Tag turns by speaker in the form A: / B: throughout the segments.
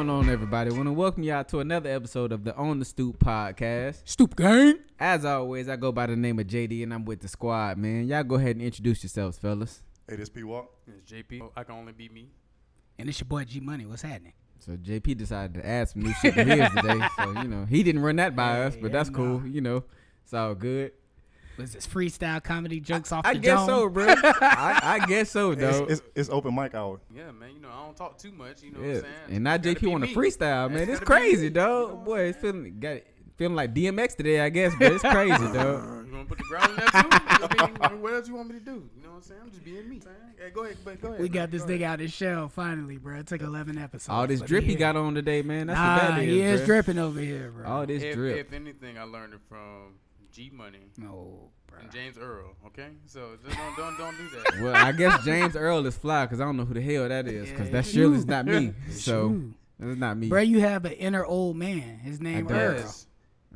A: everybody. want to welcome y'all to another episode of the On the Stoop podcast.
B: Stoop gang.
A: As always, I go by the name of JD and I'm with the squad, man. Y'all go ahead and introduce yourselves, fellas.
C: Hey, this P Walk.
D: It's JP. Oh, I can only be me.
B: And it's your boy G Money. What's happening?
A: So JP decided to add some new shit to his today. So, you know, he didn't run that by us, but that's
B: Hell no.
A: cool. You know, it's all good.
B: Was this freestyle comedy jokes off
A: I
B: the
A: guess
B: dome?
A: so, bro. I, I guess so,
C: It's,
A: though.
C: it's, it's open mic hour.
D: Yeah, man. You know, I don't talk too much. You know
A: Yeah.
D: what I'm saying?
A: And now
D: Gotta
A: JP
D: be
A: want to
D: me.
A: freestyle, man.
D: That's
A: It's
D: gotta be
A: crazy,
D: me.
A: dog.
D: You know
A: Boy, it's feeling got it, feeling like DMX today, I guess, but it's crazy, dog.
D: You want to put the ground in there too? I mean, what else you want me to do? You know what I'm saying? I'm just being me. Hey, go ahead, but go ahead.
B: We got this nigga out of his shell finally, bro. It took 11 episodes.
A: All this
B: but
A: drip
B: we
A: he
B: here.
A: got on today, man. That's
B: Nah,
A: what that is.
B: he is
A: bruh.
B: dripping over here, bro.
A: All this
D: If,
A: drip.
D: if anything, I learned it from G Money
B: No, bro.
D: and James Earl. Okay, so just don't don't don't do that.
A: well, I guess James Earl is fly because I don't know who the hell that is because
B: Yeah,
A: that
B: it's
A: surely
B: you.
A: is not me. So
B: Shoot.
A: that's not me.
B: bro, you have an inner old man. His name
A: don't.
B: Earl.
D: Yes.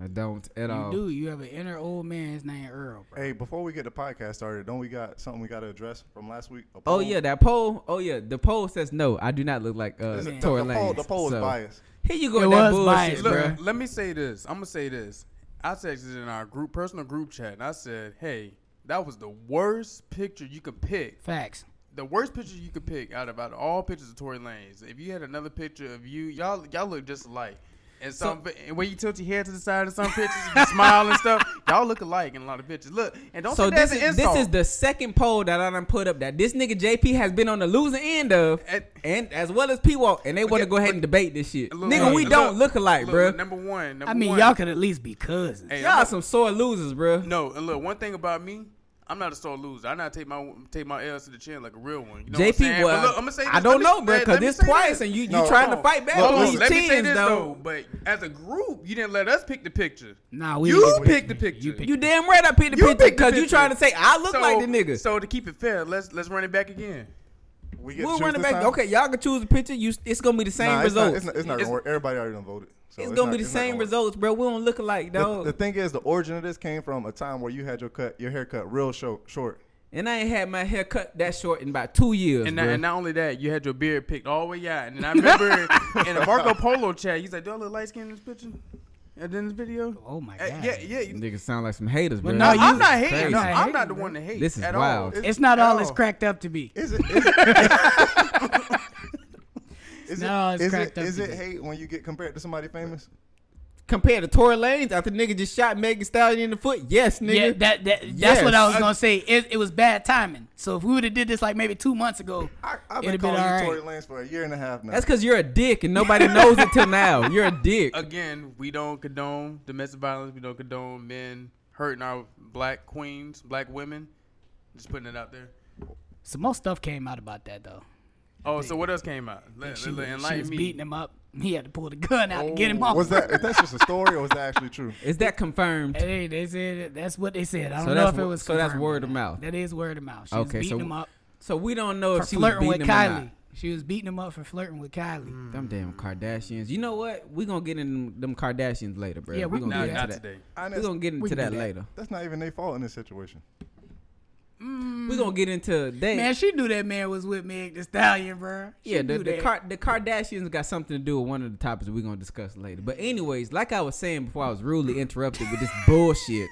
A: I don't at
B: You
A: all.
B: do. You have an inner old man. His name Earl, bro.
C: Hey, before we get the podcast started, don't we got something we got to address from last week? A
A: Oh
C: poll?
A: yeah, that poll. Oh yeah, the poll says no. I do not look like uh,
C: The- the,
B: Man.
A: Tory
C: the
A: Lanez.
C: poll, the poll is
A: So,
C: biased.
A: Here you go
B: It
A: with that
B: was
A: bullshit,
B: biased,
A: bro.
D: Look, let me say this. I'm gonna say this. I texted in our group personal group chat, and I said, "Hey, that was the worst picture you could pick
B: Facts.
D: the worst picture you could pick out of out of all pictures of Tory Lanez. If you had another picture of you, y'all y'all look just alike. And some and when you tilt your hair to the side of some pictures, you smile and stuff. Y'all look alike in a lot of pictures. Look and don't
A: So
D: take that
A: this
D: as an
A: is
D: insult.
A: this is the second poll that I done put up that this nigga JP has been on the losing end of,
D: And-
A: and as well as P Walk, and they want to
D: Yeah,
A: go ahead
D: but-
A: and debate this shit.
D: Look,
A: nigga, we
D: look,
A: don't look alike,
D: look,
A: bro.
D: look, Number one, number
B: I mean,
D: one.
B: y'all could at least be cousins.
D: Hey,
A: Y'all
D: I'm-
A: some sore losers, bro.
D: no. And look, one thing about me. I'm not a sore loser. I not take my take my L's to the chin like a real one. You know what I'm
A: JP,
D: saying?
A: well,
D: But look, I'ma say
A: I
D: this,
A: don't
D: let me-
A: know, bro,
D: let-
A: because
D: let me
A: it's
D: say
A: twice
D: this.
A: and you you
C: No,
A: trying
C: hold
A: to
C: on.
A: fight back
C: Look,
A: on
C: look,
A: these
D: let me say
A: tens,
D: this
A: though.
D: though. But as a group, you didn't let us pick the picture.
B: Nah, we
D: you
B: didn't get
D: picked the picture.
B: You picked
A: You damn right I picked the
D: You
A: picture
D: picked the
A: because you
D: picture.
A: trying to say I look
D: So-
A: like the nigga.
D: So to keep it fair, let's let's run it back again.
C: We get to
A: we'll
C: choose
A: run it
C: this
A: back.
C: time?
A: Okay, y'all can choose the picture. You, it's gonna be the same
C: Nah, it's
A: results.
C: not, it's not, it's not
D: It's-
C: gonna work. Everybody already done voted. So
A: it's, gonna
C: not-
A: be the
C: not
A: same
C: gonna work.
A: results, bro. We don't look alike,
C: The,
A: dog.
C: the thing is, the origin of this came from a time where you had your cut, your haircut real short. short.
A: and I ain't had my hair cut that short in about two years,
D: And,
A: bro.
D: not, and not only that, you had your beard picked all the way out. And I remember in the Marco Polo chat, he's like, "Do I look light skinned in this picture? And in this video?"
B: Oh my
D: Uh,
B: god.
D: yeah, yeah. you-
A: Niggas sound like some haters, bro.
B: But no,
A: That's
B: you-
D: I'm not
A: crazy.
D: hating.
B: No,
D: I'm
B: hating,
D: not the
B: bro.
D: one to hate.
A: This is
D: at
A: wild.
D: All.
B: It's not all
D: at
B: it's cracked up to be.
C: Is it? Is it Is
B: No,
C: it,
B: it's
C: is
B: cracked
C: it,
B: up
C: is
B: to
C: it
B: me.
C: hate when you get compared to somebody famous?
A: Compared to Tory Lanez, after nigga just shot Megan Stallion in the foot. Yes, nigga.
B: Yeah, that, that that's
A: Yes.
B: what I was
A: I-
B: gonna say. It, it was bad timing. So if we would have did this like maybe two months ago,
C: I, I've
B: It'd
C: been
B: have
C: calling
B: been
C: you
B: all
C: Tory Lanez for a year and a half now.
A: That's because you're a dick and nobody knows it till now. You're a dick.
D: Again, we don't condone domestic violence. We don't condone men hurting our black queens, black women. Just putting it out there.
B: so most stuff came out about that though.
D: Oh, so what else came out? Let,
B: She,
D: let- let-
B: she
D: enlighten
B: was
D: me.
B: beating him up. He had to pull the gun out to get him
D: Oh.
B: off.
C: Was that if that's just a story or was that actually true?
A: Is that confirmed?
B: Hey, they said it- that's what they said. I don't
A: So
B: know
A: that's
B: if it
A: wo-
B: was.
A: so that's
B: confirmed
A: word
B: or
A: of
B: not.
A: mouth.
B: That is word of mouth. She
A: Okay, so
B: was beating him
A: w-
B: up
A: So we don't know
B: for
A: if she was
B: flirting
A: beating
B: with
A: him Mm. or
B: Kylie.
A: not.
B: She was beating him up for flirting with Kylie.
A: Them damn Kardashians. You know what? We gonna get in them Kardashians later, bro.
B: Yeah, we
A: gonna
B: can
D: Nah,
B: do
A: get
B: that.
D: not
A: into that.
D: today.
A: We
C: Honest,
A: gonna get
B: we
A: into
B: can do
A: that
B: that.
A: later.
C: that's not even their fault in this situation.
A: We gonna get into that.
B: Mm. Man, she knew that man was with Meg The Stallion, bro. She
A: yeah, the
B: knew
A: the,
B: that.
A: Kar- the Kardashians got something to do with one of the topics we're gonna discuss later. But anyways, like I was saying before, I was rudely interrupted with this bullshit.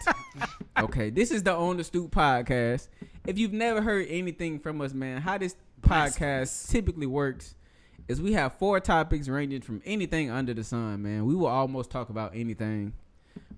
A: Okay, this is the On the Stoop podcast. If you've never heard anything from us, man, how this podcast typically works is we have four topics ranging from anything under the sun, man. We will almost talk about anything.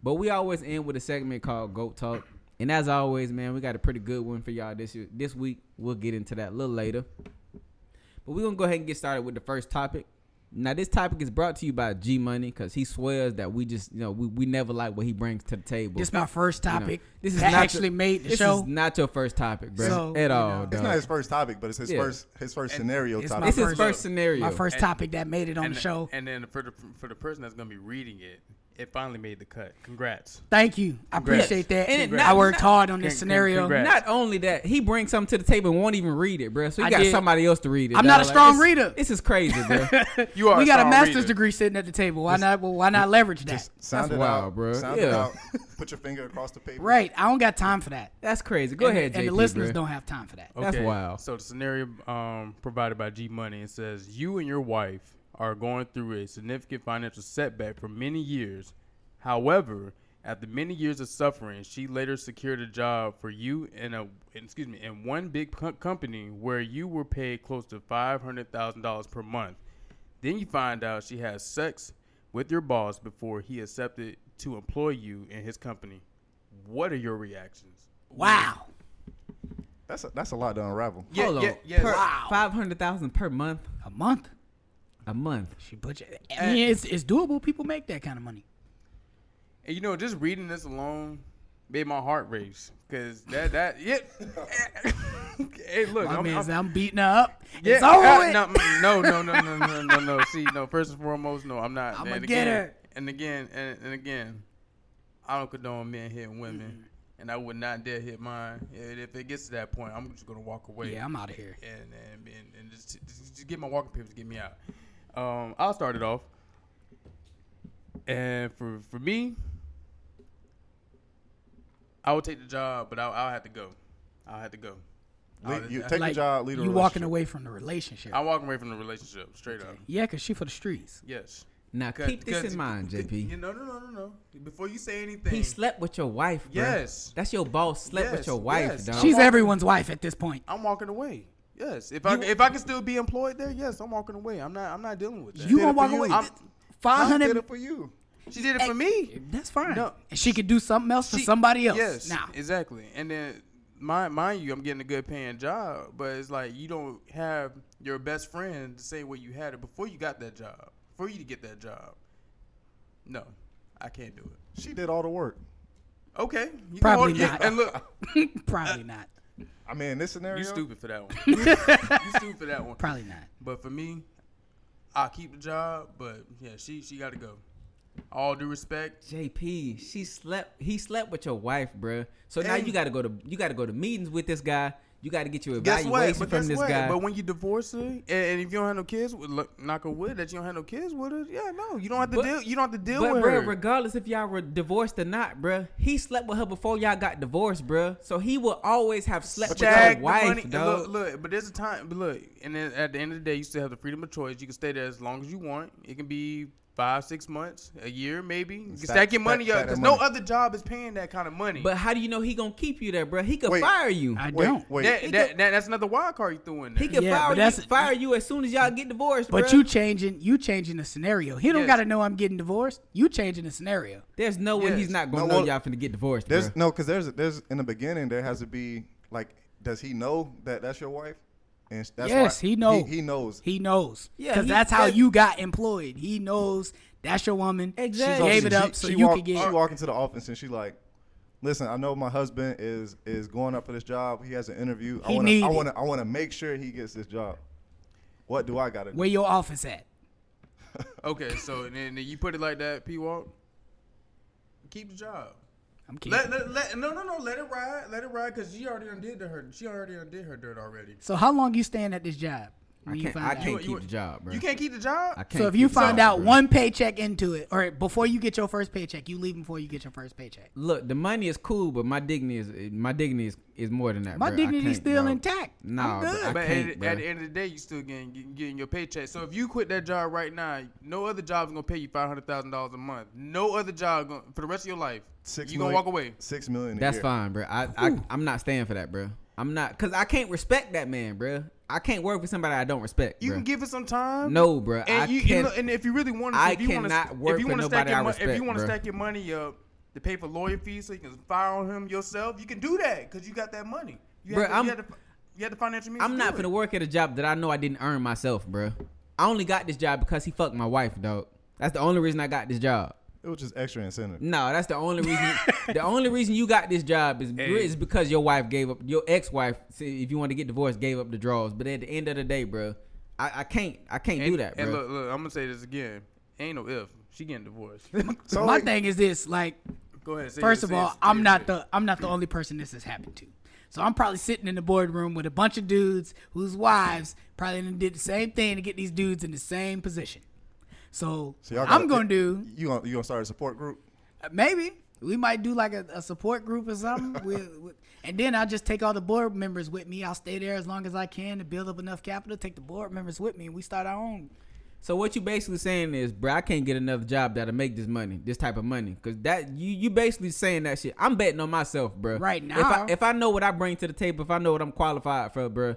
A: But we always end with a segment called Goat Talk. And as always, man, we got a pretty good one for y'all this year. this week. We'll get into that a little later. But we're gonna go ahead and get started with the first topic. Now this topic is brought to you by G Money because he swears that we just you know we, we never like what he brings to the table.
B: This my first
A: You know,
B: topic.
A: this is
B: that
A: not
B: actually
A: the-
B: made the
A: this
B: show.
A: is not your first topic, bro,
B: So,
A: at
B: you
A: all.
B: know.
A: dog.
C: It's not his first topic, but it's his
A: Yeah.
C: first his first scenario
B: it's
C: topic.
B: my
A: This is first
D: look,
A: scenario.
B: my first
D: And-
B: topic that made it on
D: and,
B: the show.
D: And then for the for the person that's gonna be reading it, it finally made the cut. Congrats.
B: Thank you. I
D: Congrats.
B: appreciate that.
A: And it
B: I
A: not-
B: worked hard on
D: Con-
B: this
D: con-
B: scenario.
D: congrats.
A: Not only that, he brings something to the table and won't even read it, bro. So you
B: I
A: got
B: did.
A: somebody else to read it.
B: I'm not
A: dog.
B: a strong
A: this-
B: reader.
A: This is crazy, bro.
D: You are.
B: we got a
D: strong
B: master's
D: reader.
B: degree sitting at the table. Why not? Well, why not leverage that?
C: Just sound
A: That's
C: it
A: wild,
C: out,
A: bruh.
C: Sound it
A: Yeah.
C: out. Put your finger across the paper.
B: right. I don't got time for that.
A: That's crazy. Go
B: and,
A: ahead,
B: And
A: JP,
B: the listeners
A: bro.
B: don't have time for that.
A: That's wild.
D: So the scenario um, provided by G Money it says you and your wife are going through a significant financial setback for many years. However, after many years of suffering, she later secured a job for you in a in- excuse me in one big co- company where you were paid close to five hundred thousand dollars per month. Then you find out she has sex with your boss before he accepted to employ you in his company. What are your reactions?
B: Wow.
C: That's a, that's a lot to unravel.
D: Yeah,
A: Hold on.
D: yeah, yeah.
A: Per,
B: Wow.
A: Five hundred thousand per month.
B: A month.
A: A month.
B: She butchered. it. I mean, it's, it's doable. People make that kind of money.
D: And you know, just reading this alone made my heart race because that that yeah. hey, look,
B: My
D: I'm,
B: man
D: I'm-
B: said, I'm beating her up.
D: yeah,
B: it's over
D: uh,
B: with.
D: no, mm, no, no, no, no, no, no, no. See, no. First and foremost, no, I'm not.
B: I'ma
D: and
B: get
D: again,
B: her.
D: And again, and, and again, I don't condone men hitting women, and I would not dare hit mine. And if it gets to that point, I'm just gonna walk away.
B: Yeah, I'm out of here.
D: and and, and, and just, just, just get my walking papers, to get me out. Um, I'll start it off. And for for me, I would take the job, but I'll, I'll have to go. I'll have to go.
C: Le-
D: I'll-
C: you
D: I-
C: take your job, lead a
B: you walking
C: relationship.
B: away from the relationship.
D: I'm walking away from the relationship, straight up.
B: Yeah, cause she for the streets.
D: Yes.
A: Now
D: Cause-
A: keep this
D: cause-
A: in mind,
D: cause-
A: JP.
D: you- No, no, no, no, no. Before you say anything,
A: He slept with your wife, bro.
D: Yes.
A: That's your boss slept with
D: Yes,
A: your wife,
D: yes.
A: dog.
B: She's
D: walking-
B: everyone's wife at this point.
D: I'm walking away. Yes. If I if I can still be employed there, yes, I'm walking away. I'm not I'm not dealing with that.
B: You
C: did
B: gonna
C: it for
B: walk
C: you.
B: away?
D: I'm-
B: Five
C: I did
B: hundred.
C: it for you.
D: she did it for me.
B: That's fine.
D: No.
B: and she could do something else for
D: She-
B: somebody else.
D: Yes,
B: Now,
D: exactly. And then, mind, mind you, I'm getting a good paying job, but it's like you don't have your best friend to say what you had it before you got that job, for you to get that job. No, I can't do it.
C: She did all the work.
D: Okay, you can
B: Probably
D: hold- yeah,
B: not.
D: And look,
B: probably not.
C: I mean, in this scenario,
D: you stupid for that one. you stupid for that one.
B: Probably not.
D: But for me, I keep the job, but yeah, she she got to go. All due respect.
A: JP, she slept. He slept with your wife, bruh. So now
D: And-
A: you got to go to you got to go to meetings with this guy. You got to get your
D: Guess what?
A: evaluation
D: But
A: from
D: guess
A: this
D: what?
A: guy.
D: But when you divorce her, and, and if you don't have no kids, with look, knock on wood that you don't have no kids with her. Yeah, no, you don't have to
A: But-
D: deal. You don't have to deal
A: But
D: with
A: bruh,
D: her.
A: regardless if y'all were divorced or not, bruh, he slept with her before y'all got divorced, bruh. So he will always have slept with
D: Shag
A: your
D: the money-
A: wife,
D: and
A: dog.
D: Look, look, but there's a time. But look, and then at the end of the day, you still have the freedom of choice. You can stay there as long as you want. It can be five, six months, a year, maybe. You can
C: Stack-
D: stack your money
C: stack-
D: up
C: stack that
D: because no
C: money.
D: other job is paying that kind of money.
A: But how do you know he gonna keep you there, bruh? He could
C: Wait.
A: fire you.
B: I
C: Wait,
B: don't.
C: wait.
D: that,
A: He
D: that,
A: could-
D: that- that's another wild card you threw in there.
A: he could
B: Yeah, but
A: fire you.
B: that's-
A: Fire you as soon as y'all get divorced,
B: But
A: bruh.
B: you changing, you changing the scenario. He don't
D: Yes.
B: got to know I'm getting divorced. You changing the scenario.
A: There's no way
D: Yes.
A: he's not gonna
C: No,
A: know
C: well,
A: y'all finna get divorced.
C: There's
A: bruh.
C: no, because there's there's in the beginning there has to be like, does he know that that's your wife? And sh- that's
B: yes,
C: why
B: he knows.
C: He, knows.
B: He knows.
A: Yeah,
B: because
A: he-
B: that's how
A: that-
B: you got employed. He knows that's your woman.
A: Exactly.
B: She gave
A: She-
B: it up so
C: she
B: you
C: walk-
B: could get.
C: She walk into the office and she like, listen, I know my husband is is going up for this job. He has an interview. I
B: He
C: want
B: need
C: to. I
B: it.
C: want to. I want to make sure he gets this job. What do I gotta do?
B: Where your office at?
D: Okay, so and then, then you put it like that, P Walk. Keep the job.
B: I'm kidding.
D: Let, let, let, no, no, no. Let it ride. Let it ride because she already undid her. She already undid her dirt already.
B: so how long you staying at this job? when
A: I
B: you
A: can't,
B: find
A: I
B: out?
A: can't
D: You-
A: keep
D: you-
A: the job, bruh.
D: You can't keep the job.
A: I can't
B: So if you
A: keep the
B: find
A: job,
B: out
A: bruh.
B: one paycheck into it, or before you get your first paycheck, you leaving before you get your first paycheck.
A: Look, the money is cool, but my dignity is my dignity is, is more than that.
B: My
A: bruh. I
B: dignity's
A: can't,
B: still
A: dog.
B: intact.
A: Nah,
B: I'm
A: bruh,
B: good.
A: I
D: But
A: can't,
D: at,
A: bruh.
D: at the end of the day, you still getting getting- getting your paycheck. So if you quit that job right now, no other job is gonna pay you five hundred thousand dollars a month. No other job going for the rest of your life.
C: Six
D: you gonna
C: million-
D: walk away.
C: Six million. a
A: That's
C: year.
A: fine, bro. I, I I'm not staying for that, bro. I'm not because I can't respect that man, bro. I can't work with somebody I don't respect.
D: You
A: bruh.
D: can give it some time.
A: no, bro. I
D: and you, you
A: can't.
D: know, and if you really want, to,
A: I
D: if you wanna,
A: cannot work
D: if you
A: for
D: wanna stack
A: nobody
D: your
A: I
D: mon- if
A: respect,
D: you want
A: bruh.
D: to stack your money up to pay for lawyer fees so you can file on him yourself, you can do that because you got that money. You
A: Bruh,
D: have, the-
A: I'm-
D: you, have the, you have the financial means.
A: I'm
D: to
A: not
D: do
A: gonna
D: it.
A: work at a job that I know I didn't earn myself, bro. I only got this job because he fucked my wife, dog. That's the only reason I got this job.
C: It was just extra incentive.
A: No, that's the only reason. the only reason you got this job is, is because your wife gave up. Your ex-wife, see, if you want to get divorced, gave up the draws. But at the end of the day, bro, I, I can't. I can't do that, bro.
D: And look, look, I'm gonna say this again. Ain't no if she getting divorced.
C: So
B: My
C: like,
B: thing is this: like,
D: Go ahead. Say
B: first
D: it,
B: of
D: say it,
B: all,
D: say
B: I'm
D: it,
B: not
D: say it.
B: the I'm not the only person this has happened to. So I'm probably sitting in the boardroom with a bunch of dudes whose wives probably done did the same thing to get these dudes in the same position. So,
C: So y'all
B: what
C: gotta
B: I'm gonna
C: pick-
B: do
C: You gonna you gonna start a support group?
B: maybe we might do like a, a support group or something with, with, and then i'll just take all the board members with me i'll stay there as long as i can to build up enough capital take the board members with me and we start our own
A: So what you basically saying is, bro, I can't get another job that'll make this money, this type of money, because that you you basically saying that shit. I'm betting on myself, bro.
B: Right
A: if
B: now.
A: I, if I know what I bring to the table, if I know what I'm qualified for, bro,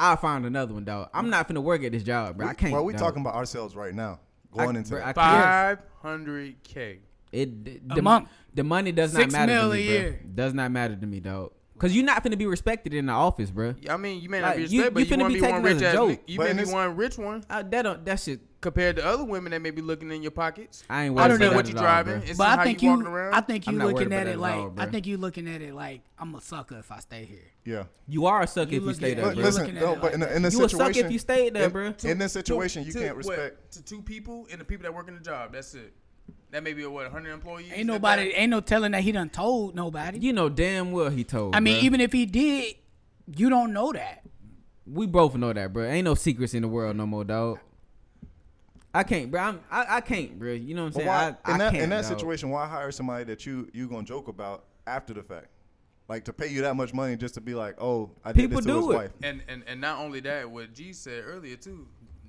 A: I'll find another one, dog. I'm not finna work at this job, bro. I can't.
C: Well, we
A: dog.
C: talking about ourselves right now. Going
A: I-
C: into
A: bro,
C: that.
A: I can't.
D: Five hundred k.
A: It th-
B: A
A: the,
B: month.
A: The money does
B: Six
A: not matter
B: mil
A: to
B: a
A: me, bro.
B: year.
A: Does not matter to me, dog. Cause you're not finna be respected in the office, bro.
D: I mean, you may not
A: Like,
D: be
A: you-
D: respected,
A: you
D: but you
A: finna
D: want
A: be
D: to be one
A: taken as
D: rich
A: a
D: ass.
A: joke.
D: ni- You
C: But
D: may
C: in
D: be
C: this-
D: one rich one
A: I, that don't. That shit.
D: compared to other women that may be looking in your pockets.
A: I ain't
D: I
A: worried
D: don't
A: about
D: know
A: that
D: what you
A: at all,
D: driving.
A: bro.
D: It's
B: But
D: how
B: I think
D: you
B: you,
D: walking around.
B: I think you
A: I'm not worried
B: looking
A: about
B: at
A: that
B: it
A: at
B: like
A: all,
B: I
A: bruh.
B: think you looking at it like I'm a sucker if I stay here.
C: yeah.
A: You are a sucker
B: You
A: if you
B: look
A: stay
B: at-
A: there,
C: But
A: bro.
C: listen,
B: Looking at
C: no,
B: it
C: but
B: like
C: in, the,
B: that.
C: in this
A: You a suck
C: situation,
A: if you stayed there,
C: in-
A: bruh.
C: In, this situation, you can't respect.
D: what, to two people and the people that work in the job. That's it. That may be what 100 employees.
B: Ain't nobody, ain't no telling that he done told nobody.
A: You know damn well he told.
B: I mean,
A: bruh.
B: even if he did, you don't know that.
A: we both know that, bro. Ain't no secrets in the world no more, dog. I can't, bro. I'm, I, I can't, bro. You know what I'm
C: But
A: saying?
C: why,
A: I, I
C: in that,
A: can't,
C: in that
A: dog.
C: situation, why hire somebody that you you gonna joke about after the fact? Like to pay you that much money just to be like, oh, I did
A: People
C: this to
A: do
C: his
A: it.
C: wife.
D: And, and and not only that, what G said earlier too,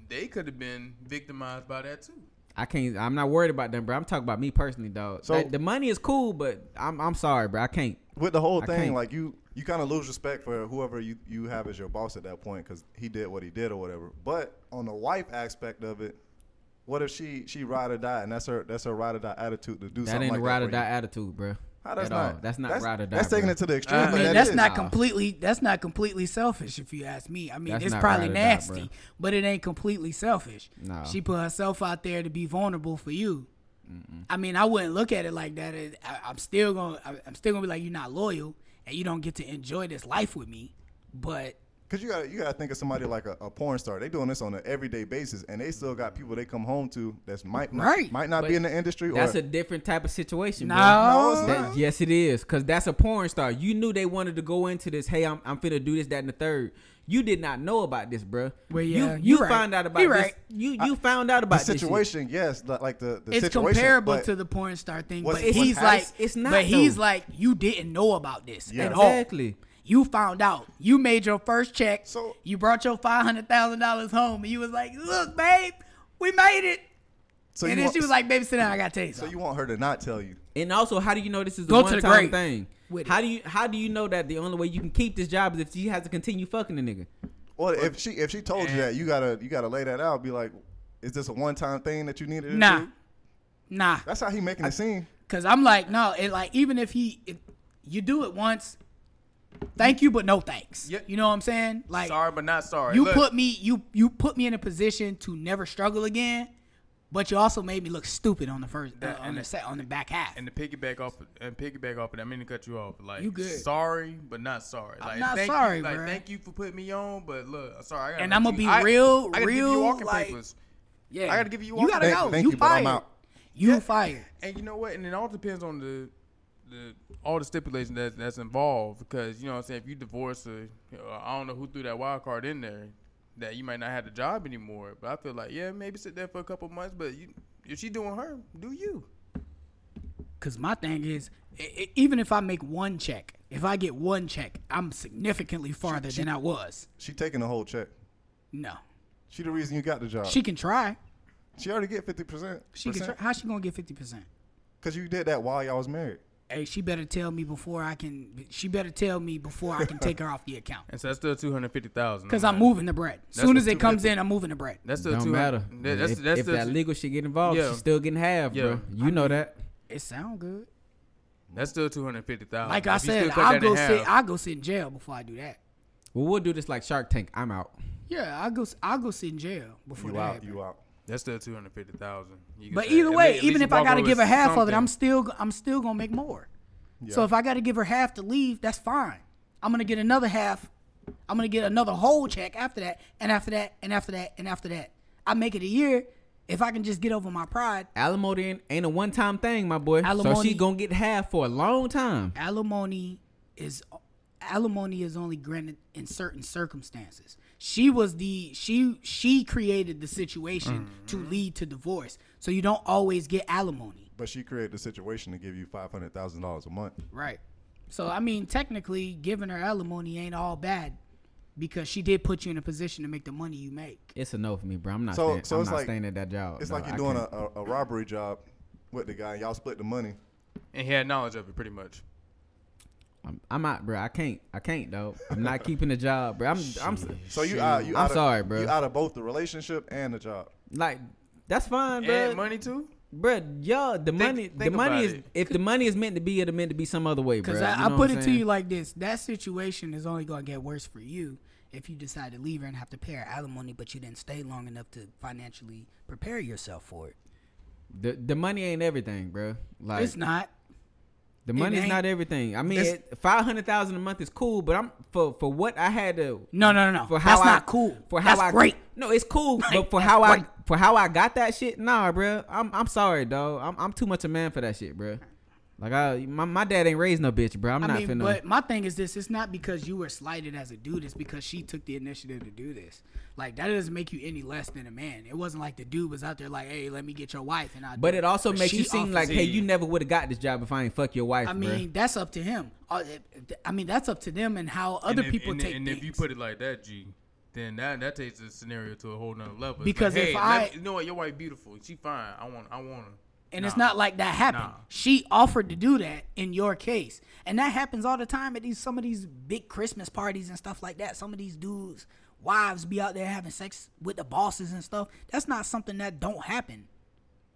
D: they could have been victimized by that too.
A: I can't. I'm not worried about them, bro. I'm talking about me personally, dog.
C: So-
A: So the money is cool, but I'm, I'm sorry, bro. I can't.
C: With the whole
A: I
C: thing,
A: can't.
C: like you you kind of lose respect for whoever you you have as your boss at that point because he did what he did or whatever. But on the wife aspect of it, what if she she ride or die and that's her that's her ride or die attitude to do
A: That
C: something
A: ain't
C: like
A: a ride
C: that
A: or
C: for you?
A: die attitude, bro.
C: How
A: At
C: that's
A: all.
C: not
A: That's not
C: that's,
A: ride or die.
C: That's taking
A: bro.
C: it to the extreme.
D: I
B: I
C: but
B: mean,
C: that
B: Uh, that's
C: is.
B: not
A: Nah.
B: completely. That's not completely selfish, if you ask me. I mean,
A: That's
B: it's
A: not
B: probably
A: ride or die,
B: nasty,
A: bruh.
B: but it ain't completely selfish.
A: No.
B: She put herself out there to be vulnerable for you. I mean, I wouldn't look at it like that. It- I, I'm still gonna. I, I'm still gonna be like, you're not loyal, and you don't get to enjoy this life with me. But
C: Cause you gotta you gotta think of somebody like a, a porn star. They doing this on an everyday basis, and they still got people they come home to that's might not,
B: Right.
C: might not
A: But
C: be in the industry.
A: That's
C: or,
A: a different type of situation,
B: no,
A: bro.
C: No, it's
A: That- yes, it is. Cause that's a porn star. You knew they wanted to go into this. Hey, I'm I'm finna do this, that, and the third. You did not know about this, bruh.
B: Well,
A: you
B: yeah,
A: you
B: you're right.
A: found out about
B: You're
A: this.
B: right. Uh,
A: You you found out
C: the
A: about This shit.
C: situation. Yes, li- like the, the
B: it's
C: situation.
B: comparable
C: but
B: to the porn star thing.
C: What's-
B: But
C: what's
B: he's like,
C: happening-
A: it's not,
B: But he's
A: though.
B: like, you didn't know about this
C: Yeah.
B: at all.
A: Exactly.
B: You found out. You made your first check.
C: So-
B: you brought your five hundred thousand dollars home, and you was like, "Look, babe, we made it."
C: So
B: and
C: you
B: then
C: want,
B: she was like, "Baby, sit down. I gotta tell you
C: so
B: something."
C: you want her to not tell you?
A: And also, how do you know this is the
B: Go to
A: one
B: the
A: time
B: grave
A: thing?
B: with
A: How
B: it.
A: do you how do you know that the only way you can keep this job is if she has to continue fucking the nigga?
C: Well, if she if she told you that, you gotta you gotta lay that out. Be like, is this a one time thing that you needed? to
B: nah,
C: do?
B: nah.
C: That's how he making it seem.
B: Cause I'm like, no. It like even if he, if you do it once, thank you, but no thanks.
D: Yeah.
B: You know what I'm saying? Like,
D: sorry, but not sorry.
B: you
D: Look,
B: put me, you you put me in a position to never struggle again, but you also made me look stupid on the first, uh,
D: That-
B: on
D: and
B: the
D: it-
B: set, on the back half.
D: and to piggyback off and piggyback off of that, I mean to cut you off. Like
B: You good.
D: Sorry, but not sorry.
B: I'm
D: Like,
B: not
D: thank
B: sorry,
D: you, like,
B: bruh.
D: Thank you for putting me on, but look, I'm sorry. I gotta
B: And
D: let
B: I'ma
D: you-
B: be
D: I-
B: real,
D: I gotta give
B: real,
D: you walking
B: like-
D: papers.
B: yeah,
D: I gotta give you
B: You
D: one-
B: gotta
C: Thank-
B: go.
C: thank
B: you,
C: you, but
B: fired.
C: I'm out.
B: You fired.
D: And you know what? And it all depends on the, the all the stipulation that that's involved. Because you know what I'm saying. If you divorce, or, you know, I don't know who threw that wild card in there, that you might not have the job anymore. But I feel like yeah, maybe sit there for a couple months. But you, if she doing her, do you?
B: Cause my thing is, i- i- even if I make one check, if I get one check, I'm significantly farther than I was.
C: She taking the whole check.
B: No,
C: She the reason you got the job.
B: she
C: She,
B: can try.
C: already get fifty Uh, percent.
B: She can try. How she gonna get fifty percent?
C: Cause you did that while y'all was married.
B: Hey, she better tell me before I can. She better tell me before I can take her off the account.
D: And so that's still two hundred fifty thousand.
B: Cause I'm moving the bread. Soon
D: what
B: as it
D: two
B: comes in, I'm moving the bread.
D: That's still
A: Don't
D: 200
A: matter.
D: that- that's
A: if
D: that's
A: if
D: still
A: that legal shit get involved,
D: Yeah.
A: she's still getting half,
D: Yeah.
A: bro. You know that.
B: It sound good.
D: that's still two hundred fifty
C: Uh,
D: thousand.
B: Like I said, I'll go sit. I'll go sit in jail before I do that.
A: Well, we'll do this like Shark Tank. I'm out.
B: Yeah, I'll go. I'll go sit in jail before
C: You
B: that.
C: out.
B: happen.
C: You out.
D: that's still two hundred fifty thousand.
B: But either way, even if I gotta give her half of it, I'm still I'm still gonna make more. So
C: Yeah.
B: if I gotta give her half to leave, that's fine. I'm gonna get another half. I'm gonna get another whole check after that, and after that, and after that, and after that. I make it a year if I can just get over my pride.
A: Alimony ain't- ain't a one time thing, my boy. So
B: Alimony-
A: she gonna get half for a long time.
B: Alimony is alimony is only granted in certain circumstances. She was the she she created the situation
A: Mm-hmm.
B: to lead to divorce. So you don't always get alimony.
C: But she created the situation to give you five hundred thousand dollars a month.
B: Right. So I mean, technically, giving her alimony ain't all bad. because she did put you in a position to make the money you make.
A: It's a no for me, bro. I'm not.
C: So-
A: staying,
C: so
A: I'm
C: it's
A: not
C: like-
A: staying at that job.
C: It's
A: dog.
C: like you're
A: I
C: doing
A: can't.
C: a, a, a robbery job with the guy. Y'all split the money.
D: And he had knowledge of it pretty much.
A: I'm, I'm out, bro. I can't. I can't, though. I'm not keeping a job, bro. I'm. I'm.
C: So you out. You
A: I'm
C: out of-
A: sorry, bro.
C: You out of both the relationship and the job.
A: Like, that's fine, bro.
D: And money too?
A: bro. Y'all, the money. the
D: think
A: money
D: about
A: is.
D: it.
A: If the money is meant to be, it's meant to be some other way, bro.
B: Because
A: You
B: I,
A: know
B: I
A: what
B: put
A: I'm
B: it to
A: saying?
B: you like this: that situation is only going to get worse for you if you decide to leave her and have to pay her alimony, but you didn't stay long enough to financially prepare yourself for it.
A: The, the money ain't everything, bro. Like
B: it's not.
A: the money's
B: ain't.
A: not everything. I mean,
B: It's-
A: five hundred thousand a month is cool, but I'm for for what I had to
B: No, no, no, no.
A: for how
B: That's
A: I,
B: not cool.
A: For how
B: That's
A: I,
B: great.
A: No, it's cool,
B: Like,
A: but for
B: that's
A: how I
B: great.
A: for how I got that shit, nah, bro. I'm I'm sorry, dog. I'm I'm too much a man for that shit, bro. Like I, my, my dad ain't raised no bitch, bro. I'm
B: I
A: not
B: mean,
A: finna.
B: but my thing is this: it's not because you were slighted as a dude. It's because she took the initiative to do this. Like that doesn't make you any less than a man. It wasn't like the dude was out there like, "Hey, let me get your wife," and I.
A: but it also makes
B: she
A: you seem
B: offered
A: like,
B: it.
A: hey, you never would have got this job if I ain't fuck your wife,
B: I
A: bruh.
B: mean, that's up to him. Uh, it- it- I mean, that's up to them and how other
D: And if-
B: people
D: and,
B: take
D: And if you
B: things.
D: put it like that, G, then that that takes the scenario to a whole nother level. It's
B: Because
D: like,
B: if
D: hey,
B: I-
D: let me- you know what, your wife beautiful, she fine. I want, I want her.
B: And it's
D: Nah.
B: not like that happened.
D: Nah.
B: She offered to do that in your case. And that happens all the time at these some of these big Christmas parties and stuff like that. Some of these dudes wives be out there having sex with the bosses and stuff. That's not something that don't happen.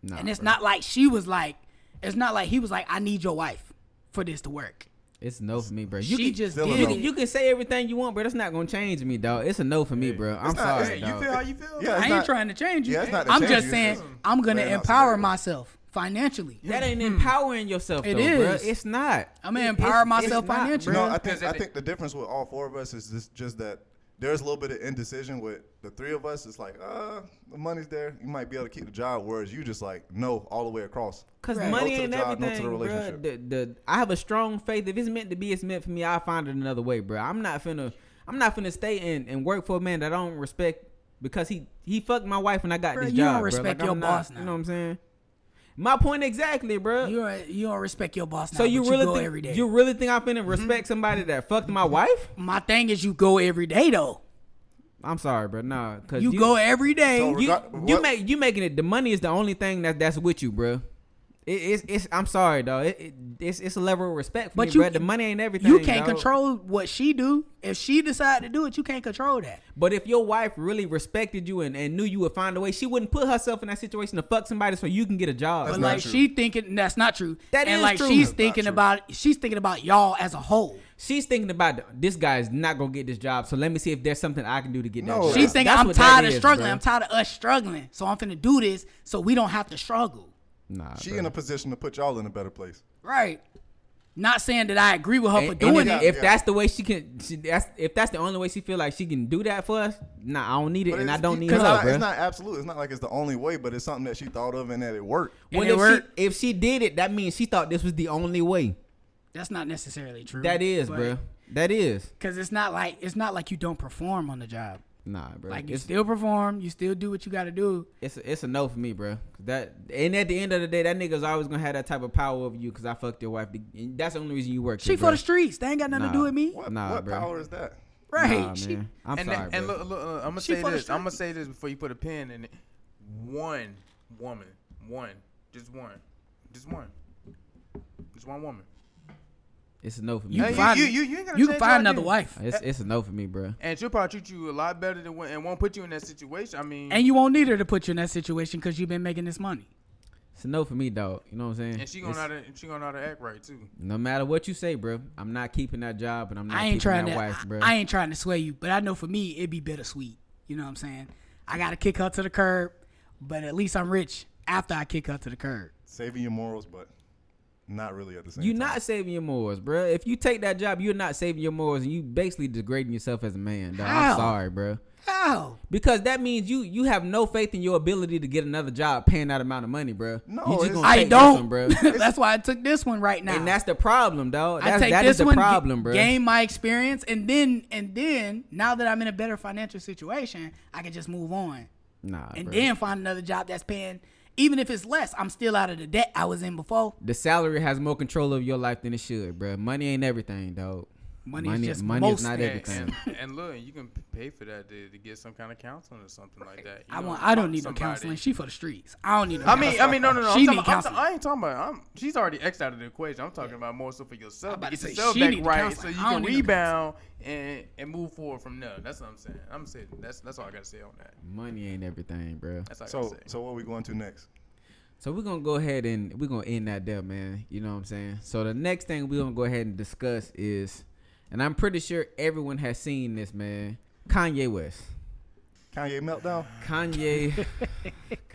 A: Nah,
B: and it's
A: bruh.
B: not like she was like it's not like he was like I need your wife for this to work.
A: It's no for me, bro. You
B: she
A: can,
B: just
C: Still
B: did
C: a
A: you
C: no.
A: can, you can say everything you want, but it's not gonna change me, dog. It's a no for me, bro. I'm
C: not-
A: sorry,
D: Hey, you
A: dog.
D: feel how you feel?
C: Yeah,
B: I
C: it's
B: ain't
C: not-
B: trying to change you.
C: Yeah, it's not to
B: I'm
C: change
B: just
C: you,
B: saying
C: it's just
B: I'm gonna
C: laying out
B: empower
C: scenarios.
B: myself financially.
A: that ain't empowering yourself,
B: It
A: though, bruh.
B: is.
A: It's not.
B: I'ma
A: It-
B: Hmm. empower
A: it's- it's
B: myself
A: not,
B: financially.
A: bruh.
C: No, I
D: Because
C: think
D: at
C: I
D: the-
C: think the difference with all four of us is just just that there's a little bit of indecision with the three of us. It's like, uh, the money's there. You might be able to keep the job, whereas you just like no all the way across.
A: Cause
B: Right.
A: money
C: No to the
A: ain't
C: job, no to the
A: everything, bruh.
C: relationship.
A: The, the I have a strong faith. If it's meant to be, it's meant for me. I'll find it another way, bruh. I'm not finna, I'm not finna stay and, and work for a man that I don't respect because he he fucked my wife and I got
B: Bruh,
A: this
B: you don't
A: job. bruh.
B: respect
A: Like,
B: your
A: I'm
B: boss
A: not,
B: now.
A: You know what I'm saying? My point exactly, bruh.
B: You don't, you don't respect your boss now,
A: so you
B: but
A: really
B: go
A: think,
B: every day. Mm-hmm.
A: you really think I'm
C: Mm-hmm.
A: finna respect somebody that fucked my wife?
B: My thing is you go every day though.
A: I'm sorry, bro. Nah, cause
B: You, go every day.
C: So-
A: You,
C: Regard-
A: you
C: what-
A: make you making it. The money is the only thing that that's with you, bro. It, it's it's. I'm sorry, dog. It, it it's it's a level of respect for
B: But
A: me,
B: you-
A: bruh. The money ain't everything.
B: you can't
A: dawg.
B: control what she do. If she decide to do it, you can't control that.
A: But if your wife really respected you and, and knew you would find a way, she wouldn't put herself in that situation to fuck somebody so you can get a job.
B: But
C: not
B: like
C: true.
B: she thinking that's not true.
A: That
B: and
A: is
B: like
A: true.
B: she's
A: That's
C: not
B: thinking
C: true.
B: about she's thinking about y'all as a whole.
A: She's thinking about this guy's not gonna get this job, so let me see if there's something I can do to get that.
C: No.
A: job.
B: She's thinking
A: That's
B: I'm
A: what that
B: tired of
A: is,
B: struggling.
A: bruh.
B: I'm tired of us struggling. So I'm finna do this so we don't have to struggle.
A: nah,
C: She
A: bruh.
C: in a position to put y'all in a better place.
B: Right. Not saying that I agree with her
A: And-
B: for
A: and
B: doing
A: if,
B: it.
A: if
C: Yeah.
A: that's the way she can, she, that's, if that's the only way she feel like she can do that for us, nah, I don't need it,
C: But
A: and I
C: it's-
A: don't need her,
C: it's not,
A: bruh.
C: it's not absolute. It's not like it's the only way, but it's something that she thought of and that it worked.
B: And
A: Well,
B: it
A: if
B: worked.
A: she if she did it, that means she thought this was the only way.
B: That's not necessarily true.
A: That is,
B: But-
A: bruh. That is.
B: Cause it's not like it's not like you don't perform on the job.
A: Nah, bro.
B: Like you
A: it's,
B: still perform, you still do what you gotta do.
A: it's it's a no for me, bruh. That and at the end of the day, that nigga's always gonna have that type of power over you because I fucked your wife. And That's the only reason you work.
B: She
A: here,
B: for
A: bruh.
B: the streets. They ain't got nothing to do
A: Nah.
B: with me.
C: What,
A: Nah,
C: what
A: bruh.
C: power is that?
B: Right.
A: Nah,
B: She-
A: man. I'm
D: and
A: sorry,
D: that- and
A: bruh.
D: look, look, uh, I'm gonna
B: She
D: say
B: full of
D: this. I'm gonna
B: strength.
D: say this before you put a pin in it. One woman, one, just one, just one, just one woman.
A: It's a no for me.
B: You
A: bruh.
D: Hey,
B: find-
D: you, you, you ain't gotta
B: you can
D: change
B: find
D: your
B: another
D: idea.
B: wife.
A: it's it's a no for me, bruh.
D: And she'll probably treat you a lot better than one, and won't put you in that situation. I mean,
B: And you won't need her to put you in that situation because you've been making this money.
A: It's a no for me, dog. You know what I'm saying?
D: and she gonna
A: It's-
D: know how to, she gonna know how to act right too.
A: no matter what you say, bruh, I'm not keeping that job, and I'm not
B: I
A: keeping
B: ain't trying
A: that
B: to.
A: wife,
B: I-
A: bruh.
B: I, ain't trying to sway you, but I know for me it'd be bittersweet. You know what I'm saying? I gotta kick her to the curb, but at least I'm rich after I kick her to the curb.
C: Saving your morals, but not really at the same
A: You're
C: time.
A: not saving your morals, bruh. If you take that job, you're not saving your morals, and you basically degrading yourself as a man. Dog. I'm
B: How?
A: sorry, bruh.
B: How?
A: Because that means you you have no faith in your ability to get another job paying that amount of money, bruh.
C: No,
A: you just
C: it's-
A: gonna
B: I
A: take
B: don't.
A: this one, bruh.
B: that's why I took this one right now.
A: and that's the problem, dog.
B: I
A: That's,
B: take
A: that
B: this
A: is the
B: one,
A: problem,
B: ga-
A: bruh.
B: gain my experience, and then and then now that I'm in a better financial situation, I can just move on.
A: Nah,
B: and
A: bruh.
B: then find another job that's paying even if it's less i'm still out of the debt i was in before
A: the salary has more control over your life than it should, bruh. Money ain't everything, dog.
B: Money,
A: Money-
B: is just
A: money is
B: most
A: not
B: things.
A: everything.
D: And, and look, you can p- pay for that to, to get some kind of counseling or something like that. You
B: I
D: know,
B: want. I don't
D: fuck
B: need
D: somebody.
B: no counseling. She for the streets. I don't need. No
D: I mean, I mean, no, no, no. I'm
B: She
D: talking-
B: need
D: I'm ta-
B: counseling.
D: I ain't talking about. I'm, she's already x out of the equation. I'm talking about more so for yourself.
B: I'm about
D: Get
B: to say,
D: yourself
B: she
D: back
B: need the
D: right, so
B: counseling.
D: you
B: I don't
D: can
B: need no
D: rebound and and move forward from there. That's what I'm saying. I'm saying that's that's all I gotta say on that.
A: Money ain't everything, bro.
D: That's all I
C: So,
D: gotta say.
C: so what we going to next?
A: So we're gonna go ahead and we're gonna end that there, man. You know what I'm saying? So the next thing we're gonna go ahead and discuss is and I'm pretty sure everyone has seen this, man. Kanye West.
C: Kanye meltdown.
A: Kanye